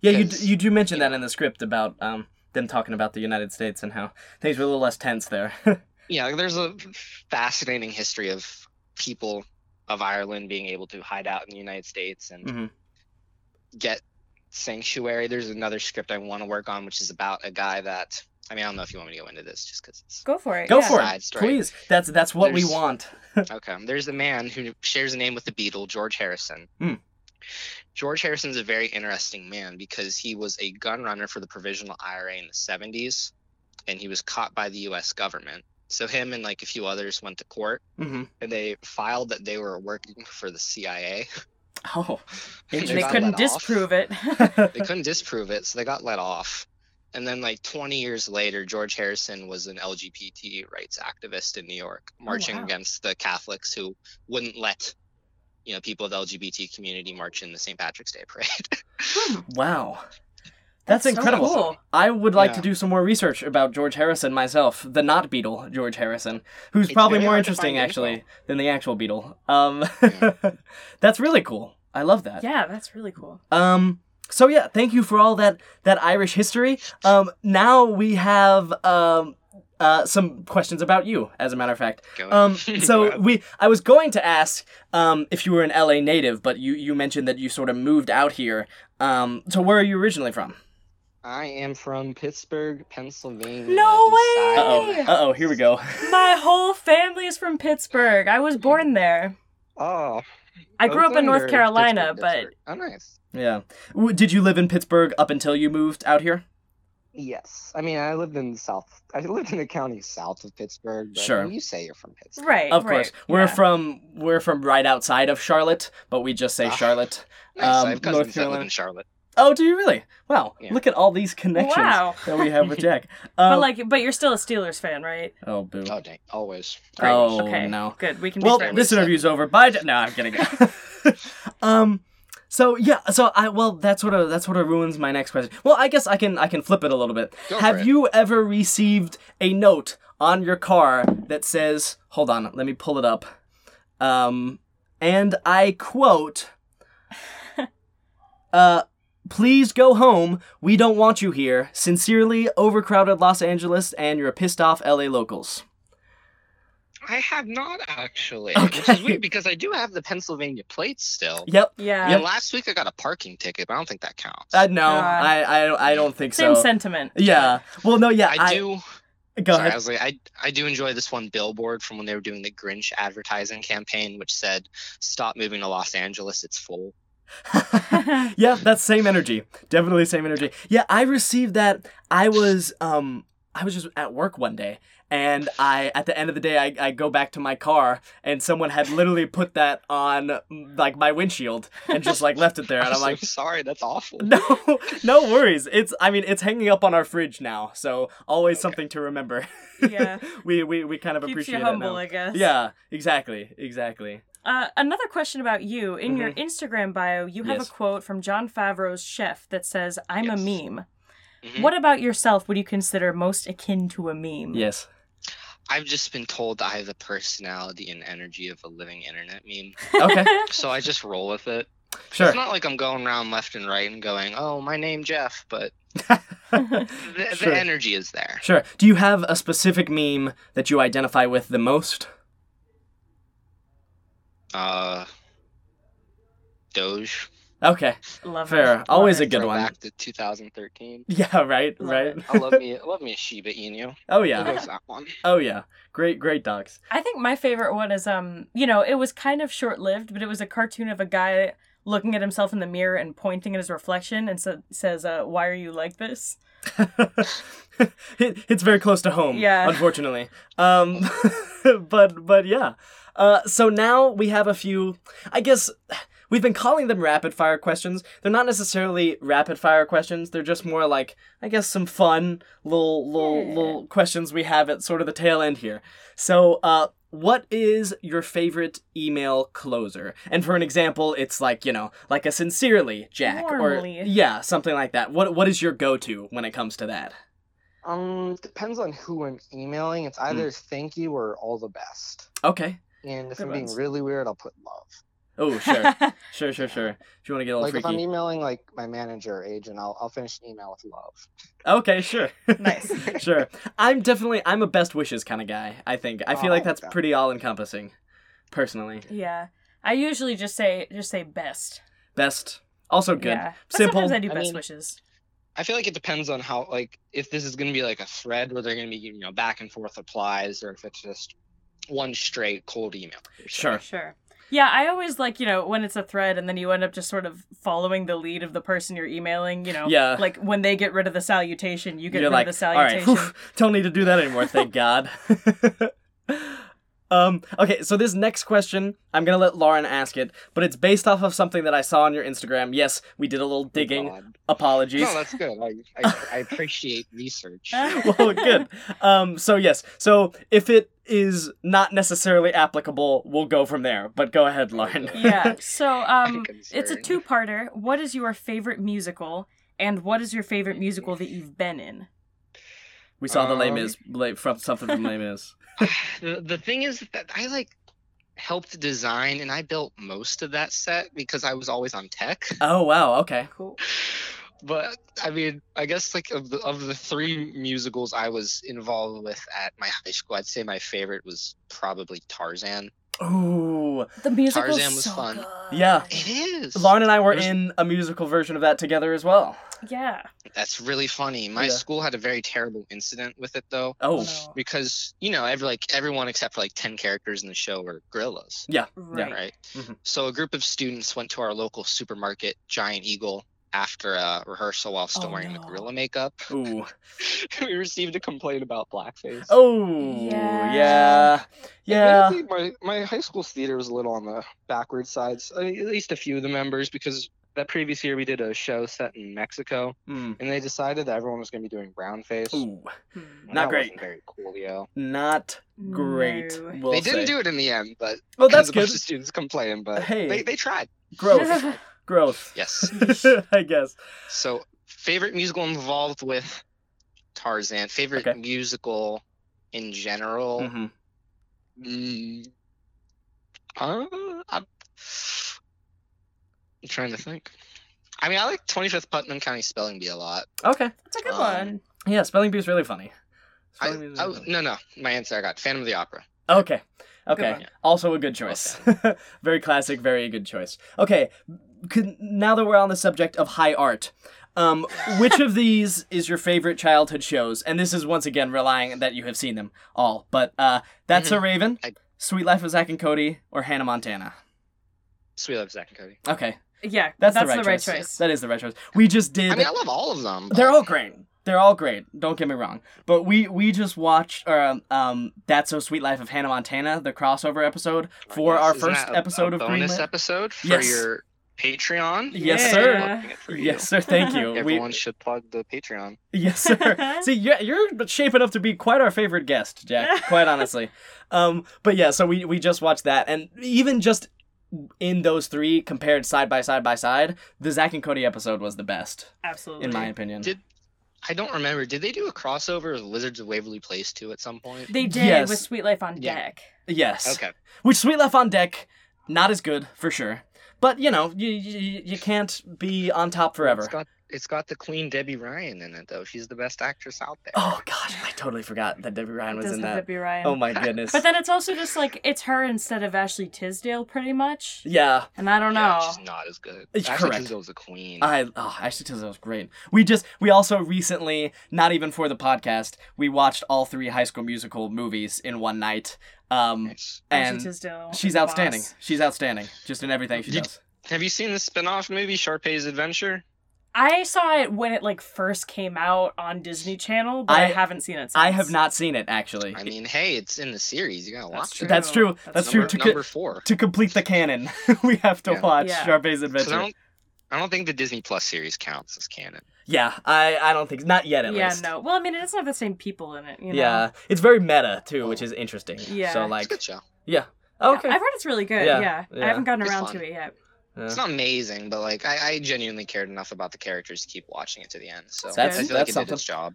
[SPEAKER 3] Yeah, you, d-
[SPEAKER 5] Because,
[SPEAKER 3] you do mention
[SPEAKER 5] you
[SPEAKER 3] that
[SPEAKER 5] know.
[SPEAKER 3] in the script about um, them talking about the United States and how things were a little less tense there.
[SPEAKER 5] Yeah, there's a fascinating history of people of Ireland being able to hide out in the United States and
[SPEAKER 3] Mhm.
[SPEAKER 5] get sanctuary. There's another script I want to work on, which is about a guy that I mean, I don't know if you want me to go into this just because it's
[SPEAKER 4] Go for it.
[SPEAKER 3] Go
[SPEAKER 4] yeah.
[SPEAKER 3] for it,
[SPEAKER 5] Side story.
[SPEAKER 3] please. That's that's what we
[SPEAKER 5] There's-
[SPEAKER 3] want.
[SPEAKER 5] Okay. There's a man who shares a name with the Beatle, George Harrison.
[SPEAKER 3] Hmm.
[SPEAKER 5] George Harrison's a very interesting man because he was a gun runner for the Provisional IRA in the 70s, and he was caught by the U.S. government. So him and like a few others went to court,
[SPEAKER 3] hmm
[SPEAKER 5] and they filed that they were working for the CIA.
[SPEAKER 3] Oh,
[SPEAKER 5] And
[SPEAKER 4] They
[SPEAKER 5] got
[SPEAKER 4] couldn't
[SPEAKER 5] let off.
[SPEAKER 4] disprove it.
[SPEAKER 5] They couldn't disprove it, so they got let off. And then, like 20 years later, George Harrison was an LGBT rights activist in New York, marching
[SPEAKER 4] Oh, wow.
[SPEAKER 5] against the Catholics who wouldn't let, you know, people of the LGBT community march in the St. Patrick's Day parade.
[SPEAKER 3] wow. That's,
[SPEAKER 4] so
[SPEAKER 3] incredible.
[SPEAKER 4] cool.
[SPEAKER 3] I would like to
[SPEAKER 5] Yeah.
[SPEAKER 3] do some more research about George Harrison myself, the not Beatle George Harrison, who's
[SPEAKER 5] It's
[SPEAKER 3] probably
[SPEAKER 5] very
[SPEAKER 3] more
[SPEAKER 5] hard to
[SPEAKER 3] interesting
[SPEAKER 5] find
[SPEAKER 3] actually
[SPEAKER 5] info.
[SPEAKER 3] than the actual Beatle. Um,
[SPEAKER 5] Yeah.
[SPEAKER 3] that's really cool. I love that.
[SPEAKER 4] Yeah, that's really cool.
[SPEAKER 3] Um. So yeah, thank you for all that that Irish history. Um. Now we have um. Uh, some questions about you, as a matter of fact.
[SPEAKER 5] Go
[SPEAKER 3] Um,
[SPEAKER 5] ahead.
[SPEAKER 3] so we, I was going to ask um, if you were an LA native, but you, you mentioned that you sort of moved out here. Um, so where are you originally from?
[SPEAKER 5] I am from Pittsburgh, Pennsylvania.
[SPEAKER 4] No
[SPEAKER 5] east
[SPEAKER 4] way!
[SPEAKER 5] side.
[SPEAKER 3] Uh oh. Uh oh. Here we go.
[SPEAKER 4] My whole family is from Pittsburgh. I was born there.
[SPEAKER 5] Oh.
[SPEAKER 4] I grew up in
[SPEAKER 5] Oakland
[SPEAKER 4] North
[SPEAKER 5] or
[SPEAKER 4] Carolina,
[SPEAKER 5] Pittsburgh,
[SPEAKER 4] but
[SPEAKER 5] Pittsburgh? Oh, nice.
[SPEAKER 3] yeah. W- Did you live in Pittsburgh up until you moved out here?
[SPEAKER 5] Yes. I mean, I lived in south. I lived in the county south of Pittsburgh. But
[SPEAKER 3] Sure.
[SPEAKER 5] You say you're from Pittsburgh.
[SPEAKER 4] right,
[SPEAKER 3] Of
[SPEAKER 4] right,
[SPEAKER 3] course. We're
[SPEAKER 4] yeah.
[SPEAKER 3] from we're from right outside of Charlotte, but we just say
[SPEAKER 5] Ah.
[SPEAKER 3] Charlotte.
[SPEAKER 5] Nice.
[SPEAKER 3] Um,
[SPEAKER 5] I
[SPEAKER 3] North
[SPEAKER 5] have cousins that live
[SPEAKER 3] Carolina.
[SPEAKER 5] in Charlotte.
[SPEAKER 3] Oh, do you really? Wow.
[SPEAKER 5] Yeah.
[SPEAKER 3] Look at all these connections
[SPEAKER 4] Wow.
[SPEAKER 3] that we have with Jack. Um,
[SPEAKER 4] But like, but you're still a Steelers fan, right?
[SPEAKER 3] Oh, boo.
[SPEAKER 5] Oh, dang. Always.
[SPEAKER 4] Great.
[SPEAKER 3] Oh,
[SPEAKER 4] okay.
[SPEAKER 3] no.
[SPEAKER 4] Good. We can
[SPEAKER 3] well,
[SPEAKER 4] be friends.
[SPEAKER 3] this interview's over. Bye. Ja- No, I'm kidding. um, so yeah, so I well that sort of that sort of ruins my next question. Well, I guess I can I can flip it a little bit.
[SPEAKER 5] Go for
[SPEAKER 3] have
[SPEAKER 5] it.
[SPEAKER 3] you ever received a note on your car that says, "Hold on, let me pull it up," um, and I quote, "Uh." Please go home. We don't want you here. Sincerely, overcrowded Los Angeles and your pissed off LA locals.
[SPEAKER 5] I have not actually, which
[SPEAKER 3] Okay.
[SPEAKER 5] is weird because I do have the Pennsylvania plates still.
[SPEAKER 3] Yep.
[SPEAKER 4] Yeah.
[SPEAKER 5] And last week I got a parking ticket, but I don't think that counts.
[SPEAKER 3] Uh, no,
[SPEAKER 4] God.
[SPEAKER 3] I, I, don't- I don't think
[SPEAKER 4] Same
[SPEAKER 3] so.
[SPEAKER 4] sentiment.
[SPEAKER 3] Yeah. Well, no, yeah.
[SPEAKER 5] I,
[SPEAKER 3] I,
[SPEAKER 5] do.
[SPEAKER 3] Go
[SPEAKER 5] sorry, I
[SPEAKER 3] ahead.
[SPEAKER 5] was like, I, I do enjoy this one billboard from when they were doing the Grinch advertising campaign, which said, "Stop moving to Los Angeles, it's full."
[SPEAKER 3] yeah, that's same energy. Definitely same energy. Yeah, I received that. I was um I was just at work one day and I at the end of the day I, I go back to my car and someone had literally put that on like my windshield and just like left it there and
[SPEAKER 5] I'm
[SPEAKER 3] I'm
[SPEAKER 5] so
[SPEAKER 3] like
[SPEAKER 5] sorry, that's awful.
[SPEAKER 3] no no worries it's I mean it's hanging up on our fridge now so always something to remember
[SPEAKER 4] Yeah.
[SPEAKER 3] we we we kind of
[SPEAKER 4] Keeps
[SPEAKER 3] appreciate
[SPEAKER 4] you humble, I
[SPEAKER 3] it
[SPEAKER 4] guess.
[SPEAKER 3] now. yeah exactly exactly
[SPEAKER 4] Uh, another question about you. In your Instagram bio, you have
[SPEAKER 3] Mm-hmm. Yes.
[SPEAKER 4] a quote from John Favreau's chef that says, I'm
[SPEAKER 5] Yes.
[SPEAKER 4] a meme.
[SPEAKER 3] Mm-hmm.
[SPEAKER 5] Mhm.
[SPEAKER 4] What about yourself would you consider most akin to a meme?
[SPEAKER 3] yes
[SPEAKER 5] I've just been told I have the personality and energy of a living internet meme,
[SPEAKER 3] okay
[SPEAKER 5] so I just roll with it.
[SPEAKER 3] sure
[SPEAKER 5] It's not like I'm going around left and right and going, "Oh, my name Jeff," but the,
[SPEAKER 3] Sure.
[SPEAKER 5] the energy is there.
[SPEAKER 3] sure do you have a specific meme that you identify with the most
[SPEAKER 5] Uh, Doge.
[SPEAKER 3] okay
[SPEAKER 4] Love
[SPEAKER 3] fair
[SPEAKER 4] it.
[SPEAKER 3] always
[SPEAKER 4] Love
[SPEAKER 3] a
[SPEAKER 4] it.
[SPEAKER 3] good one
[SPEAKER 5] Back to 2013.
[SPEAKER 3] yeah right
[SPEAKER 4] Love
[SPEAKER 3] right
[SPEAKER 4] it.
[SPEAKER 5] I love me, I love me a Shiba Inu.
[SPEAKER 3] oh
[SPEAKER 5] There
[SPEAKER 3] yeah
[SPEAKER 5] goes that one.
[SPEAKER 3] oh yeah great great dogs
[SPEAKER 4] I think my favorite one is um, you know, it was kind of short lived, but it was a cartoon of a guy looking at himself in the mirror and pointing at his reflection and sa- says, uh, "Why are you like this?"
[SPEAKER 3] it, it's very close to home.
[SPEAKER 4] Yeah.
[SPEAKER 3] Unfortunately. Um, but but yeah. Uh, so now we have a few. I guess we've been calling them rapid fire questions. They're not necessarily rapid fire questions. They're just more like I guess some fun little little
[SPEAKER 4] Yeah.
[SPEAKER 3] little questions we have at sort of the tail end here. So uh. What is your favorite email closer? And for an example, it's like, you know, like a sincerely Jack
[SPEAKER 4] Warmly.
[SPEAKER 3] or yeah, something like that. What what is your go-to when it comes to that?
[SPEAKER 5] Um, depends on who I'm emailing. It's either thank you or all the best.
[SPEAKER 3] Okay.
[SPEAKER 5] And
[SPEAKER 3] Mm.
[SPEAKER 5] if
[SPEAKER 3] Good
[SPEAKER 5] I'm being
[SPEAKER 3] ones.
[SPEAKER 5] really weird, I'll put love.
[SPEAKER 3] Oh, sure. sure, sure, sure. If you want to get all
[SPEAKER 5] Like if I'm
[SPEAKER 3] freaky.
[SPEAKER 5] emailing like my manager or agent, I'll I'll finish an email with love.
[SPEAKER 3] Okay, sure.
[SPEAKER 4] nice.
[SPEAKER 3] sure. I'm definitely I'm a best wishes kind of guy, I think. I feel
[SPEAKER 5] Oh,
[SPEAKER 3] like that's
[SPEAKER 5] okay.
[SPEAKER 3] pretty all encompassing personally.
[SPEAKER 4] Yeah. I usually just say just say best.
[SPEAKER 3] Best also Oh, good.
[SPEAKER 4] Yeah. But
[SPEAKER 3] Simple.
[SPEAKER 4] Sometimes I do
[SPEAKER 5] I
[SPEAKER 4] best
[SPEAKER 5] mean-
[SPEAKER 4] wishes.
[SPEAKER 5] I feel like it depends on how like if this is gonna be like a thread where they're gonna be you know back and forth replies or if it's just one straight cold email.
[SPEAKER 3] Sure.
[SPEAKER 4] Sure. Yeah, I always like, you know, when it's a thread and then you end up just sort of following the lead of the person you're emailing, you know.
[SPEAKER 3] Yeah.
[SPEAKER 4] Like when they get rid of the salutation, you get
[SPEAKER 3] You're
[SPEAKER 4] rid
[SPEAKER 3] like,
[SPEAKER 4] of the
[SPEAKER 3] all right,
[SPEAKER 4] salutation.
[SPEAKER 3] whew, don't need to do that anymore, thank God. um, okay, so this next question, I'm gonna let Lauren ask it, but it's based off of something that I saw on your Instagram. Yes, we did a little digging.
[SPEAKER 5] God.
[SPEAKER 3] Apologies.
[SPEAKER 5] No, that's good. I, I, I appreciate research.
[SPEAKER 3] well, good. Um, so yes, so if it is not necessarily applicable, we'll go from there. But go ahead, Lauren.
[SPEAKER 4] yeah. So um it's a
[SPEAKER 5] concerned.
[SPEAKER 4] two-parter. What is your favorite musical and what is your favorite musical that you've been in?
[SPEAKER 3] we saw the lame
[SPEAKER 5] Um,
[SPEAKER 3] is la- from something from lame is.
[SPEAKER 5] the, the thing is that I like helped design and I built most of that set because I was always on tech.
[SPEAKER 3] Oh wow. Okay.
[SPEAKER 4] Cool.
[SPEAKER 5] But I mean, I guess like of the of the three musicals I was involved with at my high school, I'd say my favorite was probably Tarzan.
[SPEAKER 3] Ooh.
[SPEAKER 4] The musical
[SPEAKER 5] Tarzan was
[SPEAKER 4] so
[SPEAKER 5] fun.
[SPEAKER 4] good.
[SPEAKER 3] Yeah.
[SPEAKER 5] It is.
[SPEAKER 3] Lauren and I were
[SPEAKER 5] There's-
[SPEAKER 3] in a musical version of that together as well.
[SPEAKER 4] Yeah.
[SPEAKER 5] That's really funny. My
[SPEAKER 3] Yeah.
[SPEAKER 5] school had a very terrible incident with it though.
[SPEAKER 3] Oh.
[SPEAKER 5] Because you know, every like everyone except for like ten characters in the show were gorillas.
[SPEAKER 3] Yeah.
[SPEAKER 4] Right.
[SPEAKER 5] right?
[SPEAKER 3] Mhm.
[SPEAKER 5] So a group of students went to our local supermarket, Giant Eagle, after a rehearsal while still
[SPEAKER 4] Oh,
[SPEAKER 5] wearing the
[SPEAKER 4] no.
[SPEAKER 5] gorilla makeup.
[SPEAKER 3] Ooh.
[SPEAKER 5] we received a complaint about blackface.
[SPEAKER 3] Oh.
[SPEAKER 4] Yeah.
[SPEAKER 3] Yeah. Yeah.
[SPEAKER 5] Admittedly, My, my high school theater was a little on the backward sides, I mean, at least a few of the members, because that previous year we did a show set in Mexico,
[SPEAKER 3] Mm.
[SPEAKER 5] and they decided that everyone was going to be doing brown face.
[SPEAKER 3] Ooh.
[SPEAKER 4] Hmm.
[SPEAKER 5] And
[SPEAKER 3] not
[SPEAKER 5] that
[SPEAKER 3] great.
[SPEAKER 5] wasn't very cool, yo.
[SPEAKER 3] Not great.
[SPEAKER 4] No.
[SPEAKER 3] We'll
[SPEAKER 5] they didn't
[SPEAKER 3] say.
[SPEAKER 5] do it in the end, but
[SPEAKER 3] Well, that's
[SPEAKER 5] a bunch
[SPEAKER 3] good.
[SPEAKER 5] of students complained, but
[SPEAKER 3] Hey.
[SPEAKER 5] they, they tried.
[SPEAKER 3] Growth. Growth.
[SPEAKER 5] Yes.
[SPEAKER 3] I guess.
[SPEAKER 5] So, favorite musical involved with Tarzan. Favorite
[SPEAKER 3] Okay.
[SPEAKER 5] musical in general.
[SPEAKER 3] Mm-hmm.
[SPEAKER 5] Mm, uh, I'm, I'm trying to think. I mean, I like 25th Putnam County Spelling Bee a lot.
[SPEAKER 3] Okay.
[SPEAKER 4] That's a good
[SPEAKER 5] Um,
[SPEAKER 4] one.
[SPEAKER 3] Yeah, spelling bee is really funny.
[SPEAKER 5] I,
[SPEAKER 3] Spelling Bee is
[SPEAKER 5] I-
[SPEAKER 3] really funny.
[SPEAKER 5] no, no, my answer I got Phantom of the Opera.
[SPEAKER 3] Okay.
[SPEAKER 4] Good
[SPEAKER 3] Okay.
[SPEAKER 4] one.
[SPEAKER 3] Also a good choice. very classic, very good choice. Okay. Could, now that we're on the subject of high art, um, which of these is your favorite childhood shows? And this is once again relying that you have seen them all. But uh, That's
[SPEAKER 4] Mm-hmm.
[SPEAKER 3] a Raven,
[SPEAKER 5] I-
[SPEAKER 3] Sweet Life of Zach and Cody, or Hannah Montana.
[SPEAKER 5] Sweet Love Zack and Cody.
[SPEAKER 3] Okay.
[SPEAKER 4] Yeah,
[SPEAKER 3] That's,
[SPEAKER 4] that's, the right,
[SPEAKER 3] choice.
[SPEAKER 4] choice.
[SPEAKER 3] That is the right choice. We just did.
[SPEAKER 5] I mean, I love all of them. but
[SPEAKER 3] They're all great. They're all great. Don't get me wrong. But we we just watched uh, um that's so sweet life of Hannah Montana the crossover episode for
[SPEAKER 5] Yes,
[SPEAKER 3] our
[SPEAKER 5] isn't
[SPEAKER 3] first
[SPEAKER 5] that a- a
[SPEAKER 3] episode of
[SPEAKER 5] bonus
[SPEAKER 3] Greenlit.
[SPEAKER 5] episode for
[SPEAKER 3] Yes.
[SPEAKER 5] your Patreon.
[SPEAKER 3] Yes, sir.
[SPEAKER 5] I'm
[SPEAKER 4] Yeah.
[SPEAKER 5] plugging it for you.
[SPEAKER 3] Yes, sir. Thank you. We-
[SPEAKER 5] Everyone should plug the Patreon.
[SPEAKER 3] Yes, sir. See, you're, you're shaping up to be quite our favorite guest, Jack. Quite honestly. Um, but yeah, so we we just watched that, and even just in those three compared side by side by side, the Zach and Cody episode was the best,
[SPEAKER 4] Absolutely.
[SPEAKER 3] in my opinion.
[SPEAKER 5] Did I don't remember? Did they do a crossover of Lizards of Waverly Place too at some point?
[SPEAKER 4] They did
[SPEAKER 3] Yes.
[SPEAKER 4] with Sweet Life on
[SPEAKER 5] Yeah.
[SPEAKER 4] Deck.
[SPEAKER 3] yes.
[SPEAKER 5] Okay.
[SPEAKER 3] Which Sweet Left on Deck, not as good for sure. But you know, you you, you can't be on top forever.
[SPEAKER 5] It's got it's got the Queen Debbie Ryan in it though. She's the best actress out there.
[SPEAKER 3] Oh gosh, I totally forgot that Debbie Ryan
[SPEAKER 4] It
[SPEAKER 3] was
[SPEAKER 4] does
[SPEAKER 3] in
[SPEAKER 4] have
[SPEAKER 3] that.
[SPEAKER 4] Debbie Ryan.
[SPEAKER 3] Oh my goodness.
[SPEAKER 4] But then it's also just like it's her instead of Ashley Tisdale, pretty much.
[SPEAKER 3] yeah.
[SPEAKER 4] And I don't
[SPEAKER 5] Yeah,
[SPEAKER 4] know.
[SPEAKER 5] she's not as good.
[SPEAKER 3] It's
[SPEAKER 5] Ashley
[SPEAKER 3] correct.
[SPEAKER 5] Tisdale's a queen.
[SPEAKER 3] I oh, Ashley Tisdale was great. We just we also recently, not even for the podcast, we watched all three High School Musical movies in one night. Um,
[SPEAKER 5] Nice.
[SPEAKER 4] Ashley
[SPEAKER 3] and
[SPEAKER 4] Tisdale.
[SPEAKER 3] she's
[SPEAKER 4] boss.
[SPEAKER 3] outstanding. She's outstanding, just in everything she
[SPEAKER 5] Did-
[SPEAKER 3] does.
[SPEAKER 5] Have you seen the spin-off movie Sharpay's Adventure?
[SPEAKER 4] I saw it when it like first came out on Disney Channel, but I,
[SPEAKER 3] I-
[SPEAKER 4] haven't seen it since.
[SPEAKER 3] I have not seen it actually.
[SPEAKER 5] I mean, hey, it's in the series. You gotta
[SPEAKER 4] That's
[SPEAKER 5] watch
[SPEAKER 4] true.
[SPEAKER 5] it.
[SPEAKER 3] That's true.
[SPEAKER 4] That's
[SPEAKER 3] That's true.
[SPEAKER 5] number,
[SPEAKER 3] To, co-
[SPEAKER 5] number four.
[SPEAKER 3] to complete the canon, we have to
[SPEAKER 5] Yeah.
[SPEAKER 3] watch
[SPEAKER 4] Yeah.
[SPEAKER 3] Sharpay's
[SPEAKER 5] 'Cause I
[SPEAKER 3] Adventure.
[SPEAKER 5] don't, I don't think the Disney Plus series counts as canon.
[SPEAKER 3] Yeah, I I don't think not yet at
[SPEAKER 4] yeah,
[SPEAKER 3] least.
[SPEAKER 4] no. Well, I mean, it doesn't have the same people in it, you know.
[SPEAKER 3] Yeah, it's very meta too, which is interesting.
[SPEAKER 4] Yeah.
[SPEAKER 3] So
[SPEAKER 5] Oh. It's a
[SPEAKER 3] like,
[SPEAKER 5] good show.
[SPEAKER 3] yeah.
[SPEAKER 4] Yeah,
[SPEAKER 3] Okay.
[SPEAKER 4] I've heard it's really good.
[SPEAKER 3] Yeah,
[SPEAKER 4] Yeah.
[SPEAKER 3] yeah.
[SPEAKER 4] I haven't gotten
[SPEAKER 5] It's
[SPEAKER 4] around
[SPEAKER 5] fun.
[SPEAKER 4] to it yet.
[SPEAKER 3] Yeah.
[SPEAKER 5] It's not amazing, but like I, I genuinely cared enough about the characters to keep watching it to the end. So
[SPEAKER 4] That's-
[SPEAKER 5] I feel
[SPEAKER 3] that's
[SPEAKER 5] like it
[SPEAKER 3] something.
[SPEAKER 5] did its job.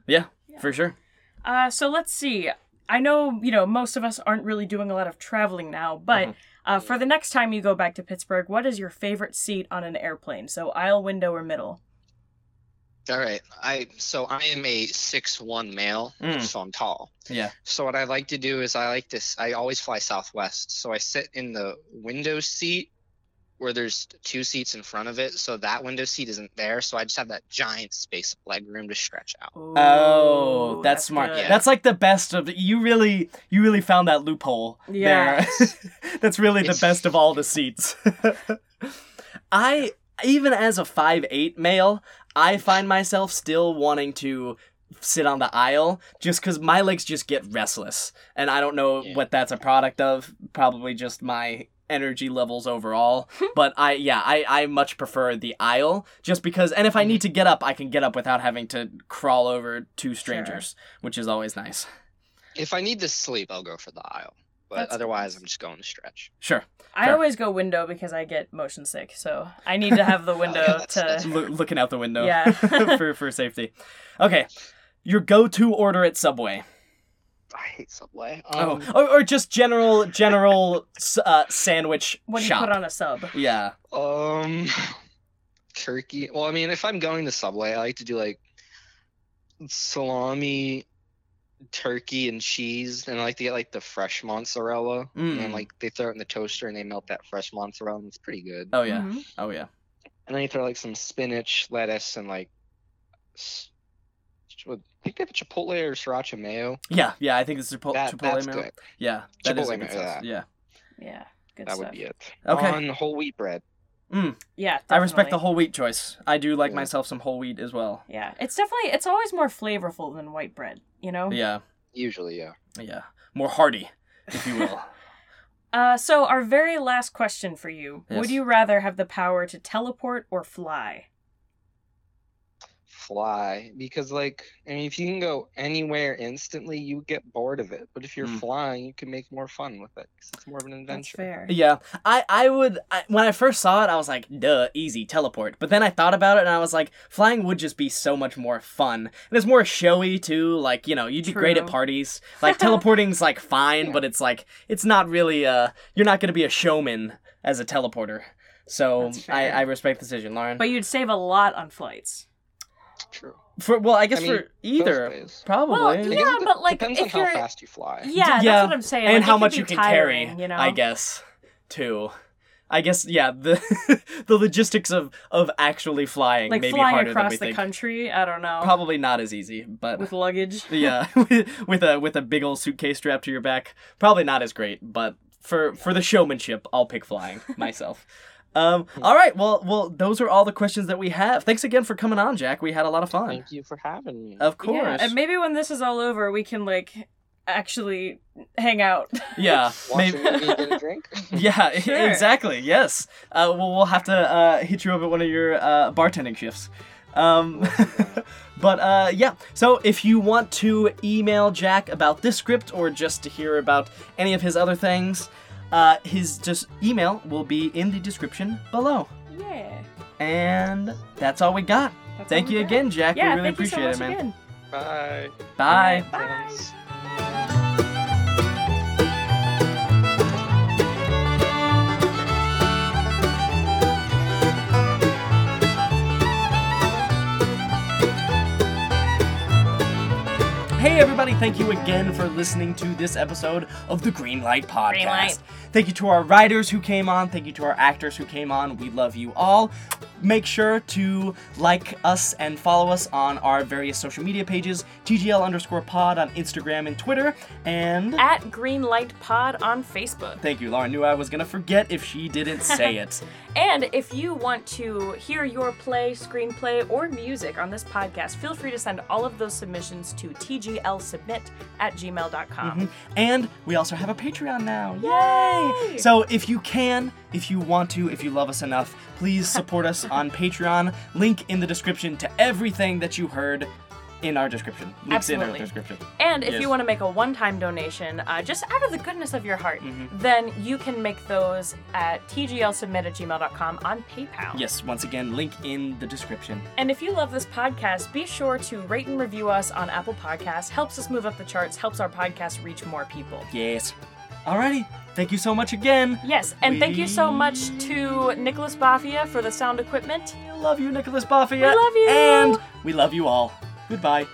[SPEAKER 3] For sure.
[SPEAKER 4] Uh, so let's see. I know, you know, most of us aren't really doing a lot of traveling now, but
[SPEAKER 3] Mhm.
[SPEAKER 4] uh, for the next time you go back to Pittsburgh, what is your favorite seat on an airplane? So aisle, window, or middle?
[SPEAKER 5] All right. I so I am a six one male,
[SPEAKER 3] Mm.
[SPEAKER 5] so I'm tall.
[SPEAKER 3] Yeah.
[SPEAKER 5] So what I like to do is I like this. I always fly Southwest, so I sit in the window seat where there's two seats in front of it. So that window seat isn't there, so I just have that giant space of leg room to stretch out.
[SPEAKER 3] Oh, that's, smart.
[SPEAKER 4] good.
[SPEAKER 3] That's like the best of you really you really found that loophole
[SPEAKER 4] Yeah.
[SPEAKER 3] there. That's really the
[SPEAKER 5] It's-
[SPEAKER 3] best of all the seats. I even as a 5'8 male, I find myself still wanting to sit on the aisle just cuz my legs just get restless and I don't know
[SPEAKER 5] Yeah.
[SPEAKER 3] what that's a product of, probably just my energy levels overall but i yeah I, I much prefer the aisle just because and if i
[SPEAKER 4] Mm-hmm.
[SPEAKER 3] need to get up i can get up without having to crawl over two strangers which is always nice
[SPEAKER 5] If I need to sleep, I'll go for the aisle, but
[SPEAKER 4] That's
[SPEAKER 5] otherwise
[SPEAKER 4] nice.
[SPEAKER 5] I'm just going to stretch.
[SPEAKER 3] sure
[SPEAKER 4] I
[SPEAKER 3] Fair.
[SPEAKER 4] always go window because I get motion sick, so I need to have the window
[SPEAKER 5] yeah, that's-
[SPEAKER 4] to.
[SPEAKER 5] that's-
[SPEAKER 3] Loo- looking out the window
[SPEAKER 4] Yeah.
[SPEAKER 3] for, for safety okay your go-to order at subway
[SPEAKER 5] I hate Subway.
[SPEAKER 3] oh
[SPEAKER 5] Um,
[SPEAKER 3] or, or just general general s- uh, sandwich
[SPEAKER 4] When you
[SPEAKER 3] shop
[SPEAKER 4] put on a sub.
[SPEAKER 3] yeah
[SPEAKER 5] Um, turkey. Well, I mean, if I'm going to Subway, I like to do like salami, turkey, and cheese, and I like to get like the fresh mozzarella, and then,
[SPEAKER 3] Mm.
[SPEAKER 5] like they throw it in the toaster and they melt that fresh mozzarella, and it's pretty good.
[SPEAKER 3] oh yeah
[SPEAKER 4] Mhm.
[SPEAKER 3] oh yeah
[SPEAKER 5] And then you throw like some spinach, lettuce, and like s- I think they have a chipotle or sriracha mayo.
[SPEAKER 3] yeah yeah i think this is chipotle,
[SPEAKER 5] That,
[SPEAKER 3] Oh, chipotle
[SPEAKER 5] that's
[SPEAKER 3] mayo
[SPEAKER 5] good.
[SPEAKER 3] yeah that is a
[SPEAKER 5] Chipotle
[SPEAKER 3] good
[SPEAKER 5] mayo,
[SPEAKER 3] sauce. yeah
[SPEAKER 4] Yeah. Good
[SPEAKER 5] That
[SPEAKER 4] stuff.
[SPEAKER 5] would be it.
[SPEAKER 3] Okay.
[SPEAKER 5] On whole wheat bread.
[SPEAKER 4] Yeah.
[SPEAKER 3] i respect
[SPEAKER 4] definitely.
[SPEAKER 3] the whole wheat choice i do like
[SPEAKER 5] Yeah.
[SPEAKER 3] myself some whole wheat as well
[SPEAKER 4] Yeah, it's definitely it's always more flavorful than white bread, you know.
[SPEAKER 3] yeah
[SPEAKER 5] Usually, yeah.
[SPEAKER 3] yeah more hearty if you will
[SPEAKER 4] Uh, so our very last question for you:
[SPEAKER 3] Yes.
[SPEAKER 4] Would you rather have the power to teleport or fly?
[SPEAKER 5] fly because like I mean if you can go anywhere instantly you get bored of it but if you're
[SPEAKER 4] Hmm.
[SPEAKER 3] Mm.
[SPEAKER 5] flying you can make more fun with it 'cause it's more of an
[SPEAKER 4] That's
[SPEAKER 5] adventure
[SPEAKER 4] fair.
[SPEAKER 3] Yeah, I I would I, when I first saw it, I was like, duh, easy teleport. But then I thought about it, and I was like, flying would just be so much more fun, and it's more showy too. Like you know, you'd be great at
[SPEAKER 4] True.
[SPEAKER 3] parties. Like teleporting's like fine, but it's like it's not really uh you're not gonna be a showman as a teleporter. So
[SPEAKER 4] That's
[SPEAKER 3] I,
[SPEAKER 4] fair.
[SPEAKER 3] I respect the decision, Lauren.
[SPEAKER 4] But you'd save a lot on flights.
[SPEAKER 5] true
[SPEAKER 3] for well, I guess
[SPEAKER 5] I mean,
[SPEAKER 3] for either
[SPEAKER 5] ways.
[SPEAKER 3] probably.
[SPEAKER 4] Well,
[SPEAKER 5] It
[SPEAKER 4] yeah,
[SPEAKER 5] depends-
[SPEAKER 4] but, like,
[SPEAKER 5] depends
[SPEAKER 4] if
[SPEAKER 5] on how
[SPEAKER 4] you're-
[SPEAKER 5] fast you fly
[SPEAKER 3] yeah,
[SPEAKER 4] Yeah, that's what I'm saying.
[SPEAKER 3] and
[SPEAKER 4] Like,
[SPEAKER 3] how
[SPEAKER 4] it could
[SPEAKER 3] much
[SPEAKER 4] be
[SPEAKER 3] you can
[SPEAKER 4] tiring,
[SPEAKER 3] carry,
[SPEAKER 4] you know.
[SPEAKER 3] I guess, too. I guess, yeah. The the logistics of of actually flying
[SPEAKER 4] Like
[SPEAKER 3] may be
[SPEAKER 4] flying
[SPEAKER 3] harder than
[SPEAKER 4] across
[SPEAKER 3] we
[SPEAKER 4] the
[SPEAKER 3] think.
[SPEAKER 4] country, I don't know,
[SPEAKER 3] Probably not as easy, but
[SPEAKER 4] with luggage.
[SPEAKER 3] yeah, with, with a with a big old suitcase strapped to your back, probably not as great. But for for the showmanship, I'll pick flying myself. Um, all right. Well, well, those are all the questions that we have. Thanks again for coming on, Jack. We had a lot of fun.
[SPEAKER 5] Thank you for having
[SPEAKER 4] Uh,
[SPEAKER 5] me.
[SPEAKER 3] Of course.
[SPEAKER 4] and maybe when this is all over, we can like actually hang out.
[SPEAKER 3] yeah.
[SPEAKER 5] Watch
[SPEAKER 3] Maybe.
[SPEAKER 5] a movie and get a drink.
[SPEAKER 3] Yeah,
[SPEAKER 4] Sure.
[SPEAKER 3] exactly. Yes. Uh, well, we'll have to uh, hit you up at one of your uh, bartending shifts. Um, but uh, yeah, so if you want to email Jack about this script or just to hear about any of his other things, uh, his just email will be in the description below.
[SPEAKER 4] yeah.
[SPEAKER 3] And that's all we got.
[SPEAKER 4] that's
[SPEAKER 3] Thank
[SPEAKER 4] all we
[SPEAKER 3] you
[SPEAKER 4] got.
[SPEAKER 3] again, Jack.
[SPEAKER 4] Yeah,
[SPEAKER 3] we really
[SPEAKER 4] thank you so
[SPEAKER 3] appreciate
[SPEAKER 4] much
[SPEAKER 3] it, man.
[SPEAKER 4] again.
[SPEAKER 5] Bye.
[SPEAKER 3] Bye.
[SPEAKER 4] Bye.
[SPEAKER 3] Hey everybody, thank you again for listening to this episode of the Greenlight Podcast.
[SPEAKER 4] Greenlight.
[SPEAKER 3] Thank you to our writers who came on, thank you to our actors who came on. We love you all. Make sure to like us and follow us on our various social media pages, TGL underscore pod on Instagram and Twitter, and
[SPEAKER 4] At Greenlight Pod on Facebook.
[SPEAKER 3] Thank you, Lauren knew I was gonna forget if she didn't say it.
[SPEAKER 4] And if you want to hear your play, screenplay, or music on this podcast, feel free to send all of those submissions to tglsubmit at gmail.com.
[SPEAKER 3] And we also have a Patreon now. Yay!
[SPEAKER 4] Yay!
[SPEAKER 3] So if you can, if you want to, if you love us enough, please support us on Patreon. Link in the description to everything that you heard in our description. Links in
[SPEAKER 4] Absolutely.
[SPEAKER 3] our description.
[SPEAKER 4] And if
[SPEAKER 3] Yes.
[SPEAKER 4] you want to make a one time donation, uh, just out of the goodness of your heart, then you can make those at tglsubmit at gmail.com on PayPal.
[SPEAKER 3] Yes, once again, link in the description.
[SPEAKER 4] And if you love this podcast, be sure to rate and review us on Apple Podcasts. Helps us move up the charts, helps our podcast reach more people.
[SPEAKER 3] Yes. Alrighty. Thank you so much again.
[SPEAKER 4] Yes, and thank you so much to Nicholas Bafia for the sound equipment.
[SPEAKER 3] I love you, Nicholas Buffy. We
[SPEAKER 4] love you.
[SPEAKER 3] And we love you all. Goodbye.